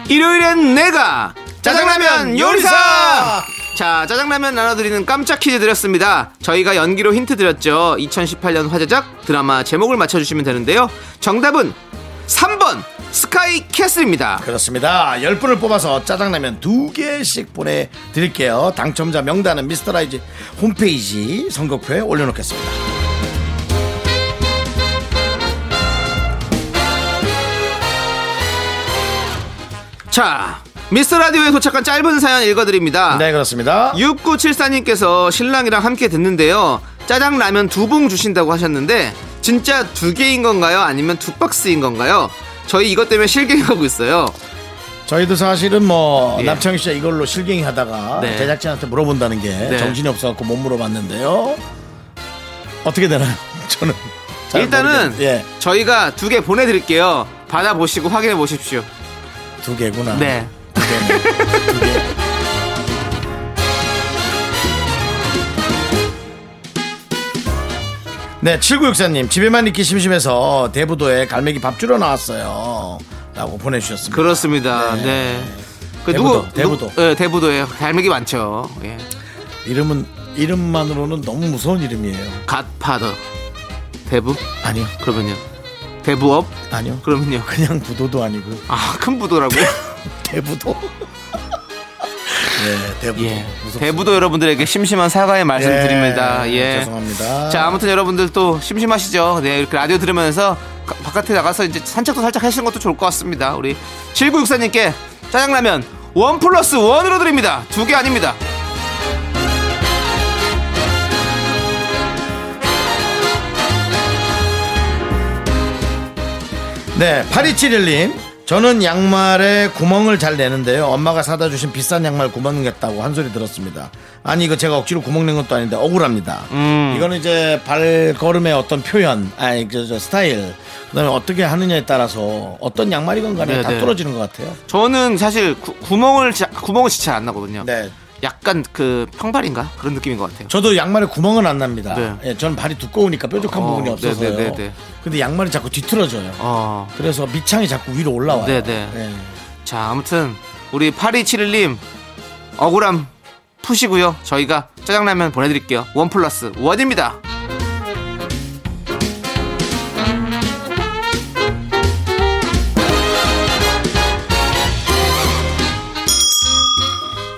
S2: 일요일엔 내가 짜장라면 요리사 자 짜장라면 나눠드리는 깜짝 퀴즈 드렸습니다 저희가 연기로 힌트 드렸죠 2018년 화제작 드라마 제목을 맞춰주시면 되는데요 정답은 3번 스카이 캐슬입니다
S1: 그렇습니다. 10분을 뽑아서 짜장라면 2개씩 보내드릴게요. 당첨자 명단은 미스터라이즈 홈페이지 선거표에 올려놓겠습니다.
S2: 자 미스터 라디오에 도착한 짧은 사연 읽어드립니다
S1: 네, 그렇습니다.
S2: 6974님께서 신랑이랑 함께 듣는데요. 짜장라면 두 봉 주신다고 하셨는데 진짜 두 개인 건가요? 아니면 두 박스인 건가요? 저희 이것 때문에 실갱하고 있어요.
S1: 저희도 사실은 뭐
S2: 예.
S1: 남창희 씨가 이걸로 실갱이 하다가
S2: 네.
S1: 제작진한테 물어본다는 게
S2: 네.
S1: 정신이 없어갖고 못 물어봤는데요. 어떻게 되나요? 저는 잘
S2: 일단은
S1: 모르겠- 예,
S2: 저희가 두 개 보내드릴게요. 받아보시고 확인해 보십시오.
S1: 두 개구나.
S2: 네.
S1: 두 개네. 두 개. 네, 7964님 집에만 있기 심심해서 대부도에 갈매기 밥 주러 나왔어요. 라고 보내주셨습니다.
S2: 그렇습니다. 네. 그
S1: 대부도, 대부도.
S2: 예, 대부도예요. 갈매기 많죠. 예.
S1: 이름은 이름만으로는 너무 무서운 이름이에요.
S2: 갓파더. 대부?
S1: 아니요,
S2: 그러면요. 대부업?
S1: 아니요.
S2: 그러면요.
S1: 그냥 부도도 아니고
S2: 아, 큰 부도라고요?
S1: 대부도. 예, 대부분.
S2: 예.
S1: 무섭습니다.
S2: 대부도 여러분들에게 심심한 사과의 말씀
S1: 예,
S2: 드립니다. 예.
S1: 죄송합니다.
S2: 자, 아무튼 여러분들 또 심심하시죠? 네, 이렇게 라디오 들으면서 가- 바깥에 나가서 이제 산책도 살짝 하시는 것도 좋을 것 같습니다. 우리 7964님께 짜장라면 원 플러스 원으로 드립니다. 두 개 아닙니다.
S1: 네, 8271님. 저는 양말에 구멍을 잘 내는데요. 엄마가 사다 주신 비싼 양말 구멍 냈다고 한 소리 들었습니다. 아니, 이거 제가 억지로 구멍 낸 것도 아닌데 억울합니다.
S2: 음.
S1: 이거는 이제 발걸음의 어떤 표현, 아니, 저, 저 스타일, 그 다음에 어떻게 하느냐에 따라서 어떤 양말이건 간에
S2: 네,
S1: 다
S2: 네.
S1: 떨어지는 것 같아요.
S2: 저는 사실 구, 구멍을 자- 구멍은 진짜 안 나거든요.
S1: 네.
S2: 약간 그 평발인가 그런 느낌인 것 같아요.
S1: 저도 양말에 구멍은 안 납니다.
S2: 네.
S1: 예, 저는 발이 두꺼우니까 뾰족한
S2: 어,
S1: 부분이
S2: 네,
S1: 없어서요.
S2: 네, 네, 네.
S1: 근데 양말이 자꾸 뒤틀어져요.
S2: 어.
S1: 그래서 밑창이 자꾸 위로 올라와요.
S2: 네, 네.
S1: 예.
S2: 자, 아무튼 우리 8271님 억울함 푸시고요. 저희가 짜장라면 보내드릴게요. 원 플러스 원입니다.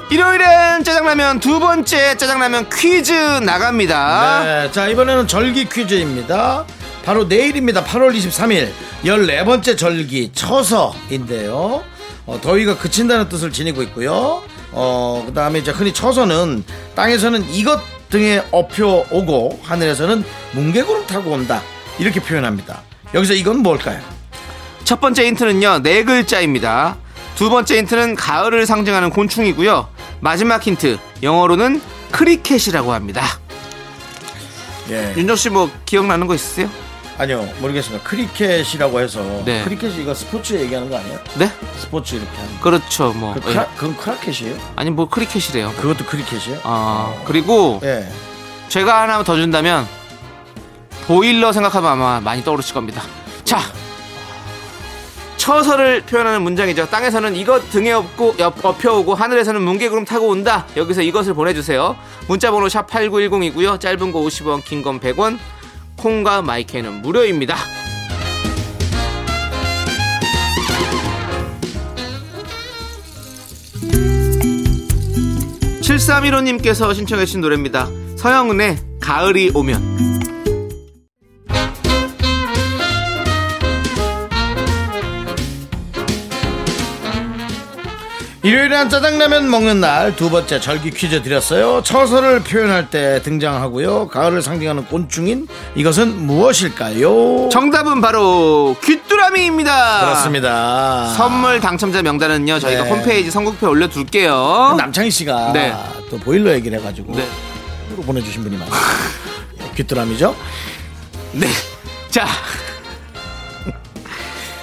S2: 일요일엔 짜장라면 두 번째 짜장라면 퀴즈 나갑니다.
S1: 네, 자 이번에는 절기 퀴즈입니다. 바로 내일입니다. 8월 23일 14번째 절기 처서인데요. 어, 더위가 그친다는 뜻을 지니고 있고요. 어, 그다음에 이제 흔히 처서는 땅에서는 이것 등에 업혀 오고 하늘에서는 뭉개구름 타고 온다. 이렇게 표현합니다. 여기서 이건 뭘까요?
S2: 첫 번째 힌트는요 네 글자입니다. 두 번째 힌트는 가을을 상징하는 곤충이고요. 마지막 힌트 영어로는 크리켓이라고 합니다.
S1: 예.
S2: 윤정 씨 뭐 기억나는 거 있으세요?
S1: 아니요. 모르겠습니다. 크리켓이라고 해서
S2: 네.
S1: 크리켓이 이거 스포츠 얘기하는 거 아니에요?
S2: 네?
S1: 스포츠 이렇게 하는 거.
S2: 그렇죠 뭐
S1: 그 크라, 그건 크라켓이에요?
S2: 아니 뭐 크리켓이래요.
S1: 그것도 크리켓이에요?
S2: 아 그리고
S1: 예.
S2: 제가 하나 더 준다면 보일러 생각하면 아마 많이 떠오르실 겁니다. 자, 처서를 표현하는 문장이죠. 땅에서는 이것 등에 업고 업- 업혀오고 하늘에서는 뭉게구름 타고 온다. 여기서 이것을 보내주세요. 문자번호 샵 #8910이고요. 짧은 거 50원, 긴 건 100원. 콩과 마이크는 무료입니다. 칠삼일5님께서 신청해 주신 노래입니다. 서영은의 가을이 오면
S1: 일요일에 한 짜장라면 먹는 날 두 번째 절기 퀴즈 드렸어요. 처서를 표현할 때 등장하고요. 가을을 상징하는 곤충인 이것은 무엇일까요?
S2: 정답은 바로 귀뚜라미입니다.
S1: 그렇습니다.
S2: 선물 당첨자 명단은요 저희가
S1: 아. 네.
S2: 홈페이지 선곡표에 올려둘게요.
S1: 남창희 씨가
S2: 네.
S1: 또 보일러 얘기를 해가지고
S2: 네.
S1: 으로 보내주신 분이 많아요. 귀뚜라미죠?
S2: 네. 자.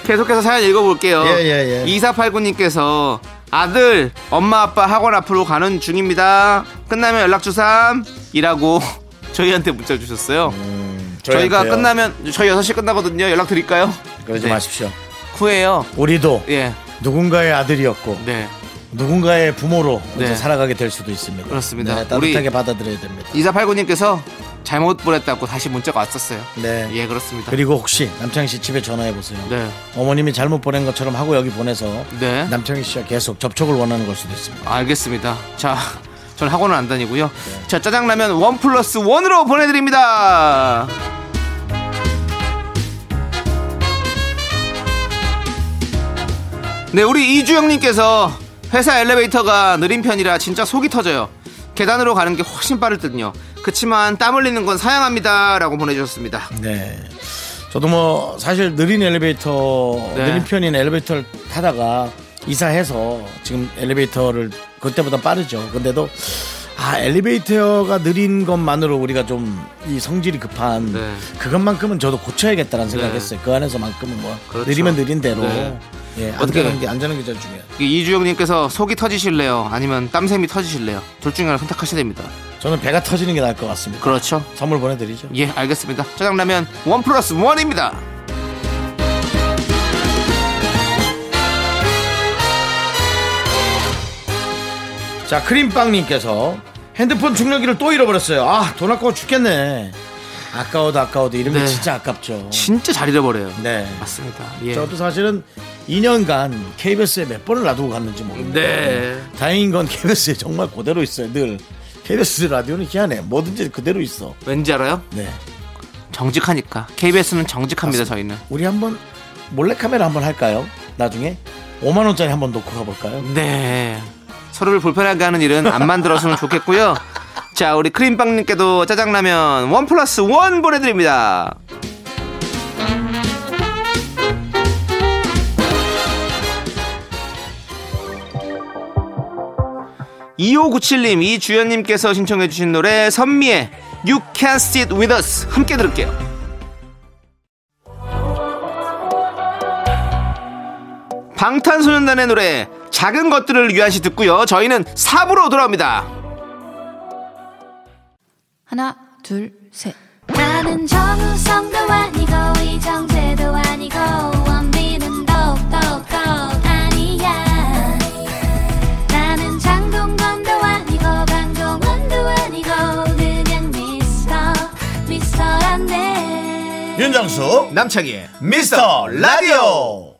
S2: 계속해서 사연 읽어볼게요.
S1: 예, 예, 예.
S2: 2489님께서 아들, 엄마, 아빠 학원 앞으로 가는 중입니다. 끝나면 연락주삼. 이라고 저희한테 문자 주셨어요. 저희가
S1: 음, 저희한테요.
S2: 끝나면, 저희 6시 끝나거든요. 연락드릴까요?
S1: 그러지
S2: 네.
S1: 마십시오.
S2: 후예요.
S1: 우리도
S2: 예.
S1: 누군가의 아들이었고
S2: 네.
S1: 누군가의 부모로
S2: 네.
S1: 이제 살아가게 될 수도 있습니다.
S2: 그렇습니다.
S1: 네, 따뜻하게
S2: 우리-
S1: 받아들여야 됩니다.
S2: 2489님께서 잘못 보냈다고 다시 문자가 왔었어요.
S1: 네.
S2: 예, 그렇습니다.
S1: 그리고 혹시 남창희 씨 집에 전화해 보세요.
S2: 네.
S1: 어머님이 잘못 보낸 것처럼 하고 여기 보내서
S2: 네.
S1: 남창희 씨와 계속 접촉을 원하는 걸 수도 있습니다.
S2: 알겠습니다. 자, 전 학원은 안 다니고요. 자, 짜장라면 원 플러스 원으로 보내드립니다. 네, 우리 이주영님께서 회사 엘리베이터가 느린 편이라 진짜 속이 터져요. 계단으로 가는 게 훨씬 빠를 듯요. 그치만 땀 흘리는 건 사양합니다. 라고 보내주셨습니다.
S1: 네. 저도 뭐 사실 느린 엘리베이터
S2: 네.
S1: 느린 편인 엘리베이터를 타다가 이사해서 지금 엘리베이터를 그때보다 빠르죠. 근데도 아 엘리베이터가 느린 것만으로 우리가 좀 이 성질이 급한
S2: 네.
S1: 그것만큼은 저도 고쳐야겠다라는
S2: 네.
S1: 생각했어요. 그 안에서만큼은 뭐
S2: 그렇죠.
S1: 느리면 느린 대로
S2: 네.
S1: 예,
S2: 어떻게-
S1: 안전한 게 안전한 게 제일 중요해요.
S2: 이주영님께서 속이 터지실래요? 아니면 땀샘이 터지실래요? 둘 중에 하나 선택하셔야 됩니다.
S1: 저는 배가 터지는 게 나을 것 같습니다.
S2: 그렇죠.
S1: 선물 보내드리죠.
S2: 예, 알겠습니다. 짜장라면 원 플러스 원입니다.
S1: 자 크림빵님께서 핸드폰 충전기를 또 잃어버렸어요. 아 돈 아까워 죽겠네. 아까워도 아까워도 이런 게
S2: 네.
S1: 진짜 아깝죠.
S2: 진짜 잘 잃어버려요.
S1: 네.
S2: 맞습니다. 예.
S1: 저도 사실은 2년간 KBS에 몇 번을 놔두고 갔는지 모르는데
S2: 네.
S1: 다행인 건 KBS에 정말 그대로 있어요. 늘 KBS 라디오는 희한해. 뭐든지 그대로 있어.
S2: 왠지 알아요?
S1: 네.
S2: 정직하니까. KBS는 정직합니다, 저희는.
S1: 우리 한번 몰래 카메라 한번 할까요? 나중에 5만 원짜리 한번 놓고 가볼까요?
S2: 네. 서로를 불편하게 하는 일은 안 만들었으면 좋겠고요. 자, 우리 크림빵님께도 짜장라면 원 플러스 원 보내드립니다. 이5 9 7님 이주연님께서 신청해주신 노래 선미의 You Can Sit With Us 함께 들을게요. 방탄소년단의 노래 작은 것들을 위한 시 듣고요. 저희는 4부로 돌아옵니다.
S6: 하나, 둘, 셋.
S3: 나는 정우성도 아니고 이정재도 아니고 원빈은 더욱더 아니야 나는 장동건도 아니고 강동원도 아니고 그냥 미스터 미스터란데
S5: 윤정수
S2: 남창희의
S5: 미스터 라디오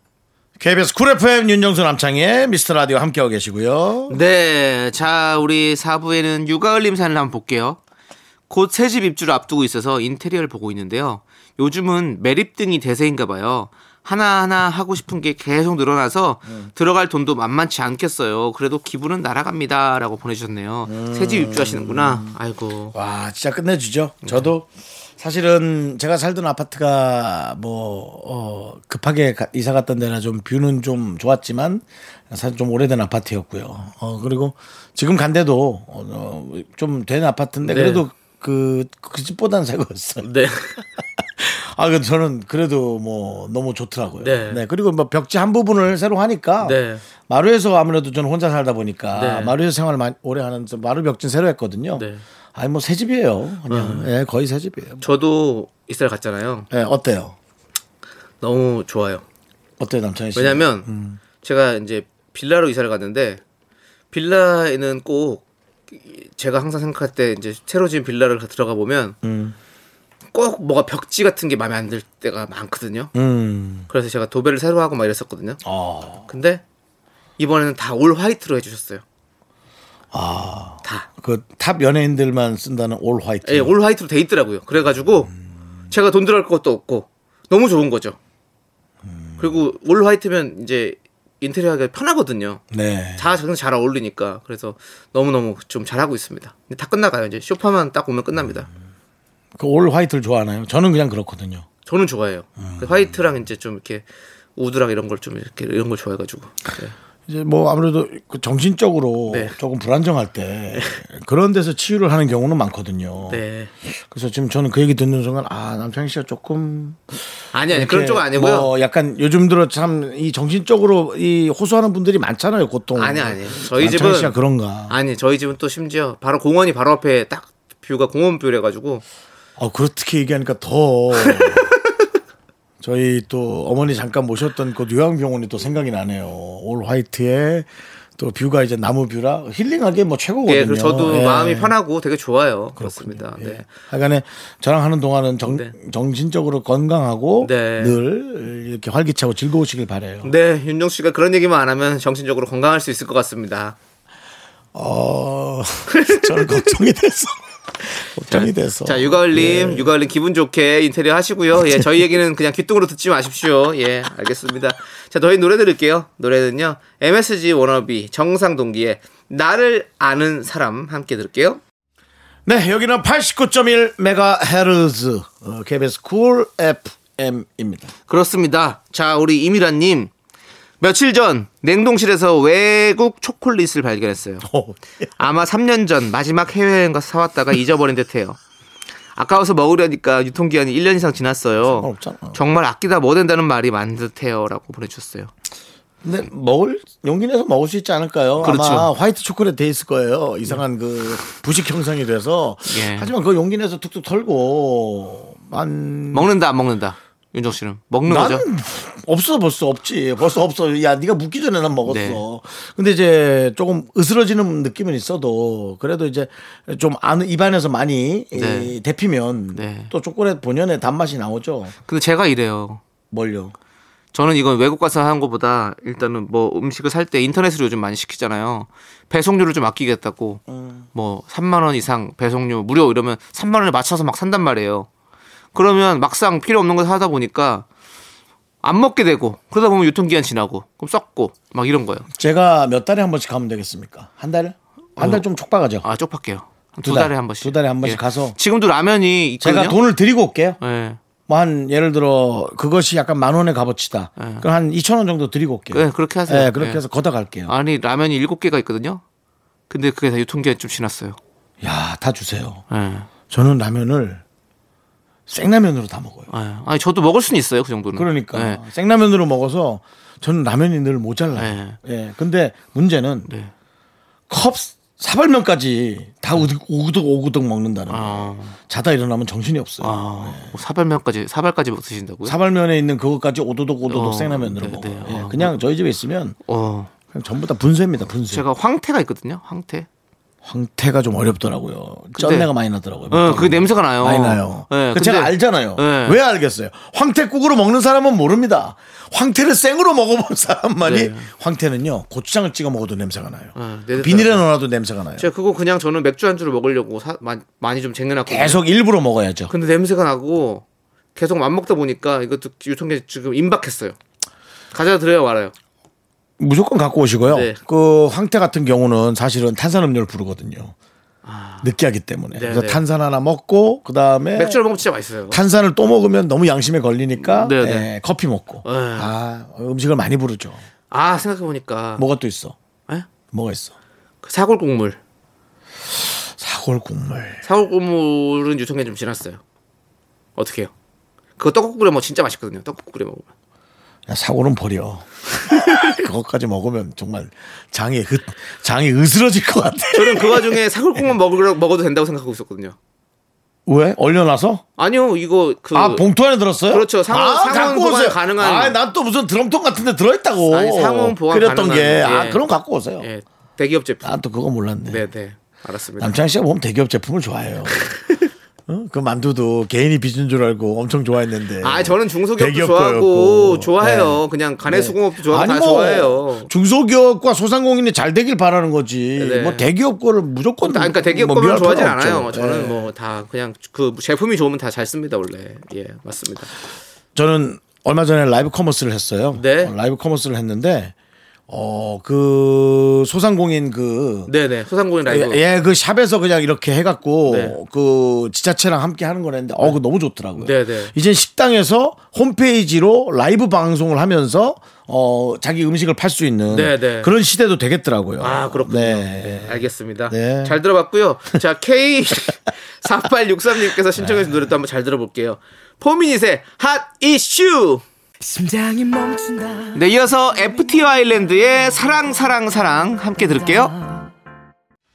S1: KBS 쿨 FM 윤정수 남창의 미스터 라디오 함께하고 계시고요.
S2: 네, 자 우리 4부에는 육아을림 사연을 한번 볼게요. 곧 새 집 입주를 앞두고 있어서 인테리어를 보고 있는데요. 요즘은 매립등이 대세인가 봐요. 하나하나 하고 싶은 게 계속 늘어나서 들어갈 돈도 만만치 않겠어요. 그래도 기분은 날아갑니다. 라고 보내주셨네요. 새 집 입주하시는구나. 아이고.
S1: 와 진짜 끝내주죠. 저도 사실은 제가 살던 아파트가 뭐 어, 급하게 가- 이사 갔던 데나 좀 뷰는 좀 좋았지만 사실 좀 오래된 아파트였고요. 어 그리고 지금 간 데도 어, 좀 된 아파트인데
S2: 네.
S1: 그래도 그, 그 집보다는 새 거였어요.
S2: 네.
S1: 아, 그 저는 그래도 뭐 너무 좋더라고요.
S2: 네.
S1: 네. 그리고 뭐 벽지 한 부분을 새로 하니까
S2: 네.
S1: 마루에서 아무래도 저는 혼자 살다 보니까
S2: 네.
S1: 마루에서 생활을 많이 오래 하는 저 마루 벽지 새로 했거든요.
S2: 네. 음.
S1: 아니 뭐 새 집이에요. 그냥 예, 거의 새 집이에요.
S2: 저도 이스라엘 갔잖아요.
S1: 예, 어때요?
S2: 너무 좋아요.
S1: 어때요, 남창희 씨?
S2: 왜냐면 제가 이제 빌라로 이사를 갔는데 빌라에는 꼭 제가 항상 생각할 때 이제 새로 지은 빌라를 들어가 보면 꼭 뭐가 벽지 같은 게 마음에 안 들 때가 많거든요.
S1: 음.
S2: 그래서 제가 도배를 새로 하고 막 이랬었거든요.
S1: 어.
S2: 근데 이번에는 다 올 화이트로 해주셨어요. 다.
S1: 그 탑 연예인들만 쓴다는 올 화이트.
S2: 예, 올 화이트로 돼 있더라고요. 그래가지고 제가 돈 들어갈 것도 없고 너무 좋은 거죠. 그리고 올 화이트면 이제 인테리어가 편하거든요.
S1: 네.
S2: 다 저는 잘 어울리니까 그래서 너무 너무 좀 잘하고 있습니다. 근데 다 끝나가요 이제 쇼파만 딱 오면 끝납니다.
S1: 그 올 화이트를 좋아하나요? 저는 그냥 그렇거든요.
S2: 저는 좋아해요.
S1: 음.
S2: 그 화이트랑 이제 좀 이렇게 우드랑 이런 걸 좀 이렇게 이런 걸 좋아해가지고 네.
S1: 이제 뭐 아무래도 그 정신적으로
S2: 네.
S1: 조금 불안정할 때 그런 데서 치유를 하는 경우는 많거든요.
S2: 네.
S1: 그래서 지금 저는 그 얘기 듣는 순간 아 남창희 씨가 조금
S2: 아니
S1: 이렇게
S2: 아니 네, 그런 쪽은 아니고요.
S1: 뭐 약간 요즘 들어 참 이 정신적으로 이 호소하는 분들이 많잖아요 고통.
S2: 아니 아니 저희
S1: 남창희
S2: 집은
S1: 씨가 그런가?
S2: 아니 저희 집은 또 심지어 바로 공원이 바로 앞에 딱 뷰가 공원 뷰래가지고
S1: 어 그렇게 얘기하니까 더 저희 또 어머니 잠깐 모셨던 그 요양병원이 또 생각이 나네요. 올 화이트에 또 뷰가 이제 나무 뷰라 힐링하게 뭐 최고거든요.
S2: 예 그래서 저도
S1: 예.
S2: 마음이 편하고 되게 좋아요. 그렇습니다.
S1: 예.
S2: 네.
S1: 하여간에 저랑 하는 동안은 정,
S2: 네.
S1: 정신적으로 건강하고
S2: 네.
S1: 늘 이렇게 활기차고 즐거우시길 바래요.
S2: 네, 윤정 씨가 그런 얘기만 안 하면 정신적으로 건강할 수 있을 것 같습니다.
S1: 어, 저는 걱정이 돼서 걱정이 돼서. 예.
S2: 자, 육아을님, 육아을님 기분 좋게 인테리어 하시고요. 예, 저희 얘기는 그냥 귀뚱으로 듣지 마십시오. 예, 알겠습니다. 자, 저희 노래 들을게요. 노래는요, MSG 워너비 정상동기의 나를 아는 사람 함께 들을게요.
S1: 네, 여기는 89.1 메가헤르츠 어, KBS 쿨 FM입니다.
S2: 그렇습니다. 자, 우리 이미라님. 며칠 전 냉동실에서 외국 초콜릿을 발견했어요. 아마 3년 전 마지막 해외여행 가서 사왔다가 잊어버린 듯해요. 아까워서 먹으려니까 유통기한이 1년 이상 지났어요.
S1: 상관없잖아.
S2: 정말 아끼다 뭐 된다는 말이 맞는 듯해요라고 보내주셨어요.
S1: 근데 먹을 용기 내서 먹을 수 있지 않을까요? 아마
S2: 그렇죠. 네.
S1: 화이트 초콜릿 돼 있을 거예요. 이상한 그 부식 형성이 돼서.
S2: 예.
S1: 하지만 그 용기 내서 툭툭 털고 만
S2: 먹는다 안 먹는다. 윤정 씨는 먹는
S1: 난
S2: 거죠?
S1: 없어 벌써 없지 벌써 없어 야 네가 묻기 전에 난 먹었어
S2: 네.
S1: 근데 이제 조금 으스러지는 느낌은 있어도 그래도 이제 좀 안, 입안에서 많이 이,
S2: 네.
S1: 데피면
S2: 네.
S1: 또 초콜릿 본연의 단맛이 나오죠
S2: 근데 제가 이래요.
S1: 뭘요
S2: 저는 이건 외국 가서 하는 것보다 일단은 뭐 음식을 살 때 인터넷으로 요즘 많이 시키잖아요. 배송료를 좀 아끼겠다고
S1: 음.
S2: 뭐 3만 원 이상 배송료 무료 이러면 3만 원에 맞춰서 막 산단 말이에요. 그러면 막상 필요 없는 걸 사다 보니까 안 먹게 되고 그러다 보면 유통기한 지나고 그럼 썩고 막 이런 거예요.
S1: 제가 몇 달에 한 번씩 가면 되겠습니까 한 달에 한 달 좀 촉박하죠
S2: 아 쪽팔게요.
S1: 두
S2: 두
S1: 달,
S2: 달에 한 번씩. 예.
S1: 두 달에 한 번씩 가서.
S2: 지금도 라면이 있거든요.
S1: 제가 돈을 드리고 올게요
S2: 예.
S1: 뭐 한 예를 들어 그것이 약간 만 원의 값어치다 그럼 한 2천 원 정도 드리고 올게요
S2: 네, 그렇게 하세요.
S1: 예, 그렇게
S2: 예.
S1: 해서 걷어 갈게요
S2: 아니 라면이 일곱 개가 있거든요. 근데 그게 다 유통기한 이좀 지났어요.
S1: 야 다 주세요
S2: 예.
S1: 저는 라면을 생라면으로 다 먹어요.
S2: 예. 아니 저도 먹을 수는 있어요 그 정도는.
S1: 그러니까
S2: 예.
S1: 생라면으로 먹어서 저는 라면이 늘 모자라요. 예. 근데 문제는
S2: 네.
S1: 컵 사발면까지 다 우득- 오구덕 오구덕 먹는다는 거예요.
S2: 아,
S1: 자다 일어나면 정신이 없어요.
S2: 아 뭐 사발면까지 사발까지 못 드신다고요?
S1: 사발면에 있는 그것까지 오도독 오도독
S2: 어,
S1: 생라면으로
S2: 네,
S1: 먹어요.
S2: 네.
S1: 예,
S2: 아,
S1: 그냥 저희 집에 있으면
S2: 어,
S1: 그냥 전부 다 분쇄입니다. 분쇄.
S2: 제가 황태가 있거든요. 황태.
S1: 황태가 좀 어렵더라고요. 쩐내가 많이 나더라고요.
S2: 어, 그 냄새가 나요.
S1: 많이 나요.
S2: 예,
S1: 그
S2: 근데-
S1: 제가 알잖아요.
S2: 예.
S1: 왜 알겠어요? 황태국으로 먹는 사람은 모릅니다. 황태를 생으로 먹어본 사람만이
S2: 네.
S1: 황태는요 고추장을 찍어 먹어도 냄새가 나요.
S2: 어,
S1: 그
S2: 네,
S1: 비닐에 넣어놔도 냄새가 나요.
S2: 제가 그거 그냥 저는 맥주 안주로 먹으려고 사, 많이, 많이 좀 쟁여놨고
S1: 계속 일부러 먹어야죠.
S2: 근데 냄새가 나고 계속 안 먹다 보니까 이것도 유통기한 지금 임박했어요. 가져다 드려요 말아요.
S1: 무조건 갖고 오시고요.
S2: 네.
S1: 그 황태 같은 경우는 사실은 탄산음료를 부르거든요. 느끼하기 때문에. 그래서
S2: 아. 네.
S1: 탄산 하나 먹고 그 다음에
S2: 맥주를 먹으면 진짜 맛있어요.
S1: 탄산을 또 먹으면 너무 양심에 걸리니까
S2: 네, 네.
S1: 예, 커피 먹고
S2: 네.
S1: 아 음식을 많이 부르죠.
S2: 아 생각해 보니까
S1: 뭐가 또 있어?
S2: 예?
S1: 뭐가 있어?
S2: 그 사골 국물.
S1: 사골 국물.
S2: 사골 국물은 유통기한 좀 지났어요. 어떻게 해요? 그거 떡국 끓여 먹으면 진짜 맛있거든요. 떡국 끓여 먹으면.
S1: 야, 사고는 버려. 그것까지 먹으면 정말 장이 흐, 장이 으스러질 것 같아.
S2: 저는 그 와중에 사골 국물 먹으러 먹어도 된다고 생각하고 있었거든요.
S1: 왜? 얼려놔서?
S2: 아니요 이거 그
S1: 아 봉투 안에 들었어요?
S2: 그렇죠. 상온-
S1: 아,
S2: 상온
S1: 갖고
S2: 보관
S1: 오세요.
S2: 가능한-
S1: 아, 난 또 무슨 드럼통 같은데 들어있다고.
S2: 아니, 상온 보관
S1: 그랬던
S2: 가능한-
S1: 게. 아,
S2: 예.
S1: 그럼 갖고 오세요.
S2: 예, 대기업 제품.
S1: 난 또 그거 아, 몰랐네.
S2: 네네 알았습니다.
S1: 남창희 씨가 보면 대기업 제품을 좋아해요. 어? 그 만두도 개인이 빚은 줄 알고 엄청 좋아했는데.
S2: 아 저는
S1: 네.
S2: 중소기업도
S1: 대기업 거였고.
S2: 거였고 좋아해요.
S1: 네.
S2: 그냥
S1: 네.
S2: 가내수공업도 좋아하고
S1: 아니,
S2: 다
S1: 뭐
S2: 좋아해요.
S1: 중소기업과 소상공인이 잘 되길 바라는 거지.
S2: 네.
S1: 뭐 대기업 거를 무조건
S2: 아, 그러니까 대기업
S1: 뭐
S2: 거면
S1: 미워할
S2: 좋아하진
S1: 필요는 없죠.
S2: 않아요. 저는
S1: 예.
S2: 뭐 다 그냥 그 제품이 좋으면 다 잘 씁니다 원래. 예 맞습니다.
S1: 저는 얼마 전에 라이브 커머스를 했어요.
S2: 네.
S1: 어, 라이브 커머스를 했는데 어, 어그 소상공인 그
S2: 네네 소상공인 라이브.
S1: 예, 그 샵에서 그냥 이렇게 해갖고
S2: 네.
S1: 그 지자체랑 함께 하는 거랬는데 어, 그 너무 좋더라고요.
S2: 네, 네.
S1: 이젠 식당에서 홈페이지로 라이브 방송을 하면서 어 자기 음식을 팔 수 있는
S2: 네, 네.
S1: 그런 시대도 되겠더라고요.
S2: 아 그렇군요.
S1: 네.
S2: 네, 알겠습니다.
S1: 네.
S2: 잘 들어봤고요. 자 K 4863님께서 신청해 주신 노래도 한번 잘 들어볼게요. 포미닛의 핫 이슈.
S4: 심장이 멈춘다
S2: 네 이어서 FT 아일랜드의 사랑 사랑 사랑 함께 들을게요.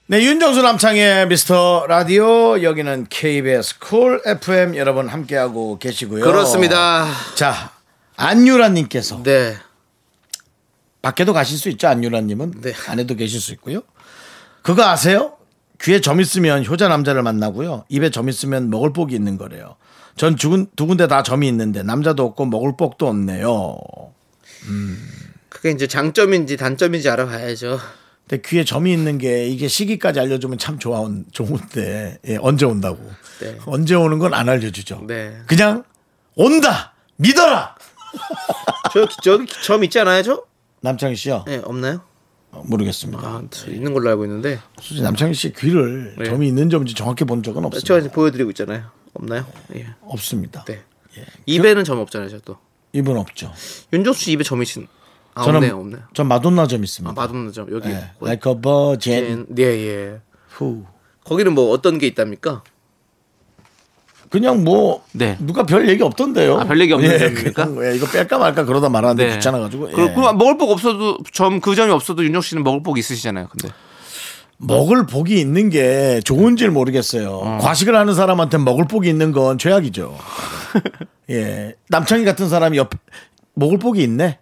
S1: 네, 윤정수 남창의 미스터 라디오 여기는 KBS 쿨 FM 여러분 함께하고 계시고요.
S2: 그렇습니다.
S1: 자, 안유라님께서
S2: 네.
S1: 밖에도 가실 수 있죠. 안유라님은
S2: 네.
S1: 안에도 계실 수 있고요. 그거 아세요? 귀에 점 있으면 효자 남자를 만나고요. 입에 점 있으면 먹을 복이 있는 거래요. 전 두, 군- 두 군데 다 점이 있는데 남자도 없고 먹을 복도 없네요.
S2: 그게 이제 장점인지 단점인지 알아봐야죠.
S1: 근데 귀에 점이 있는 게 이게 시기까지 알려주면 참 좋아 좋은데 예, 언제 온다고
S2: 네.
S1: 언제 오는 건 안 알려주죠.
S2: 네.
S1: 그냥 온다 믿어라
S2: 저 저기 점 있지 않아요, 저?
S1: 남창희 씨요
S2: 네 없나요?
S1: 어, 모르겠습니다.
S2: 아 저 있는 걸로 알고 있는데
S1: 솔직히 남창희 씨 귀를
S2: 네.
S1: 점이 있는지 없는지 정확히 본 적은
S2: 제가
S1: 없습니다.
S2: 이제 보여드리고 있잖아요. 없나요? 예.
S1: 없습니다.
S2: 네. 입에는 점 없잖아요, 저 또.
S1: 입은 없죠.
S2: 윤정수 씨 입에 점이 진. 아
S1: 저는
S2: 없네요, 없네요.
S1: 전 마돈나 점 있습니다.
S2: 아, 맛없는 점 여기. 뭐
S1: 예. 음. Like a virgin.
S2: 예, 예.
S1: 후.
S2: 거기는 뭐 어떤 게 있답니까?
S1: 그냥 뭐
S2: 네.
S1: 누가 별 얘기 없던데요.
S2: 아, 별 얘기 없는
S1: 예,
S2: 점입니까? 네.
S1: 그냥, 예, 이거 뺄까 말까 그러다 말았는데 귀찮아가지고. 예.
S2: 그럼 먹을 복 없어도 점 그 점이 없어도 윤정 씨는 먹을 복 있으시잖아요. 근데
S1: 먹을 복이 있는
S2: 어.
S1: 게 좋은지를 모르겠어요. 과식을 하는 사람한테 먹을 복이 있는 건 최악이죠. 예. 남창희 같은 사람이 옆 먹을 복이 있네.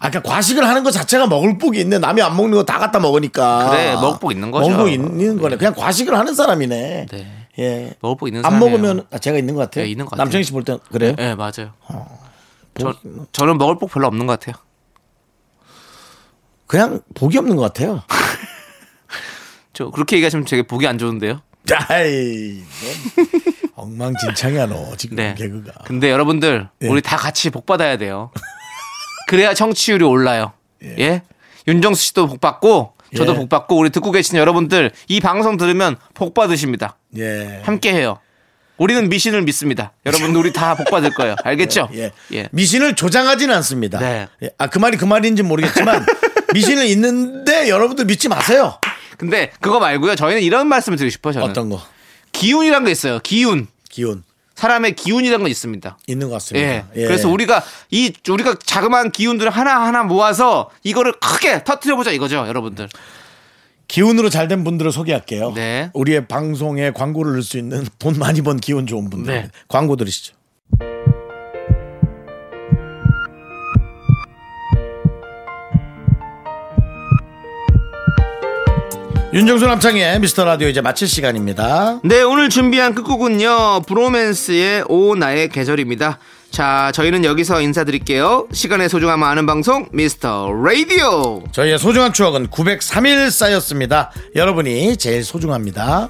S1: 아까 그러니까 과식을 하는 것 자체가 먹을 복이 있네. 남이 안 먹는 거 다 갖다 먹으니까.
S2: 그래, 먹을 복이 있는 거죠.
S1: 먹을 복이 있는 거네. 그냥 과식을 하는 사람이네.
S2: 네.
S1: 예.
S2: 먹을 복이 있는
S1: 안
S2: 사람이에요.
S1: 먹으면 아, 제가 있는 것 같아요.
S2: 네, 있는 것 같아요.
S1: 남창희 씨 볼 때 그래요?
S2: 네, 맞아요.
S1: 어?
S2: 저, 저는 먹을 복 별로 없는 것 같아요.
S1: 그냥 복이 없는 것 같아요.
S2: 저 그렇게 얘기하시면 되게 보기 안 좋은데요.
S1: 아이, 넌 엉망진창이야 너 지금
S2: 네.
S1: 개그가.
S2: 근데 여러분들
S1: 예.
S2: 우리 다 같이 복 받아야 돼요. 그래야 청취율이 올라요. 예. 윤정수 씨도 복 받고 저도
S1: 예.
S2: 복 받고 우리 듣고 계신 여러분들 이 방송 들으면 복 받으십니다.
S1: 예.
S2: 네. 함께 해요. 우리는 미신을 믿습니다. 여러분 우리 다 복 받을 거예요. 알겠죠?
S1: 예.
S2: 예.
S1: 미신을 조장하진 않습니다.
S2: 네.
S1: 예. 아, 그 말이 그 말인지 모르겠지만 미신은 있는데 여러분들 믿지 마세요.
S2: 근데 그거 말고요. 저희는 이런 말씀을 드리고 싶어요. 저는
S1: 어떤 거?
S2: 기운이란 게 있어요. 기운.
S1: 기운
S2: 사람의 기운이란 건 있습니다.
S1: 있는 것
S2: 예.
S1: 같습니다.
S2: 그래서 우리가 이 우리가 자그마한 기운들을 하나하나 모아서 이거를 크게 터뜨려 보자 이거죠, 여러분들.
S1: 기운으로 잘 된 분들을 소개할게요.
S2: 네.
S1: 우리의 방송에 광고를 넣을 수 있는 돈 많이 번 기운 좋은 분들.
S2: 네.
S1: 광고 들으시죠. 윤정수 남창의 미스터 라디오 이제 마칠 시간입니다.
S2: 네, 오늘 준비한 끝곡은요. 브로맨스의 오 나의 계절입니다. 자, 저희는 여기서 인사드릴게요. 시간의 소중함 아는 방송 미스터 라디오.
S1: 저희의 소중한 추억은 903일 쌓였습니다. 여러분이 제일 소중합니다.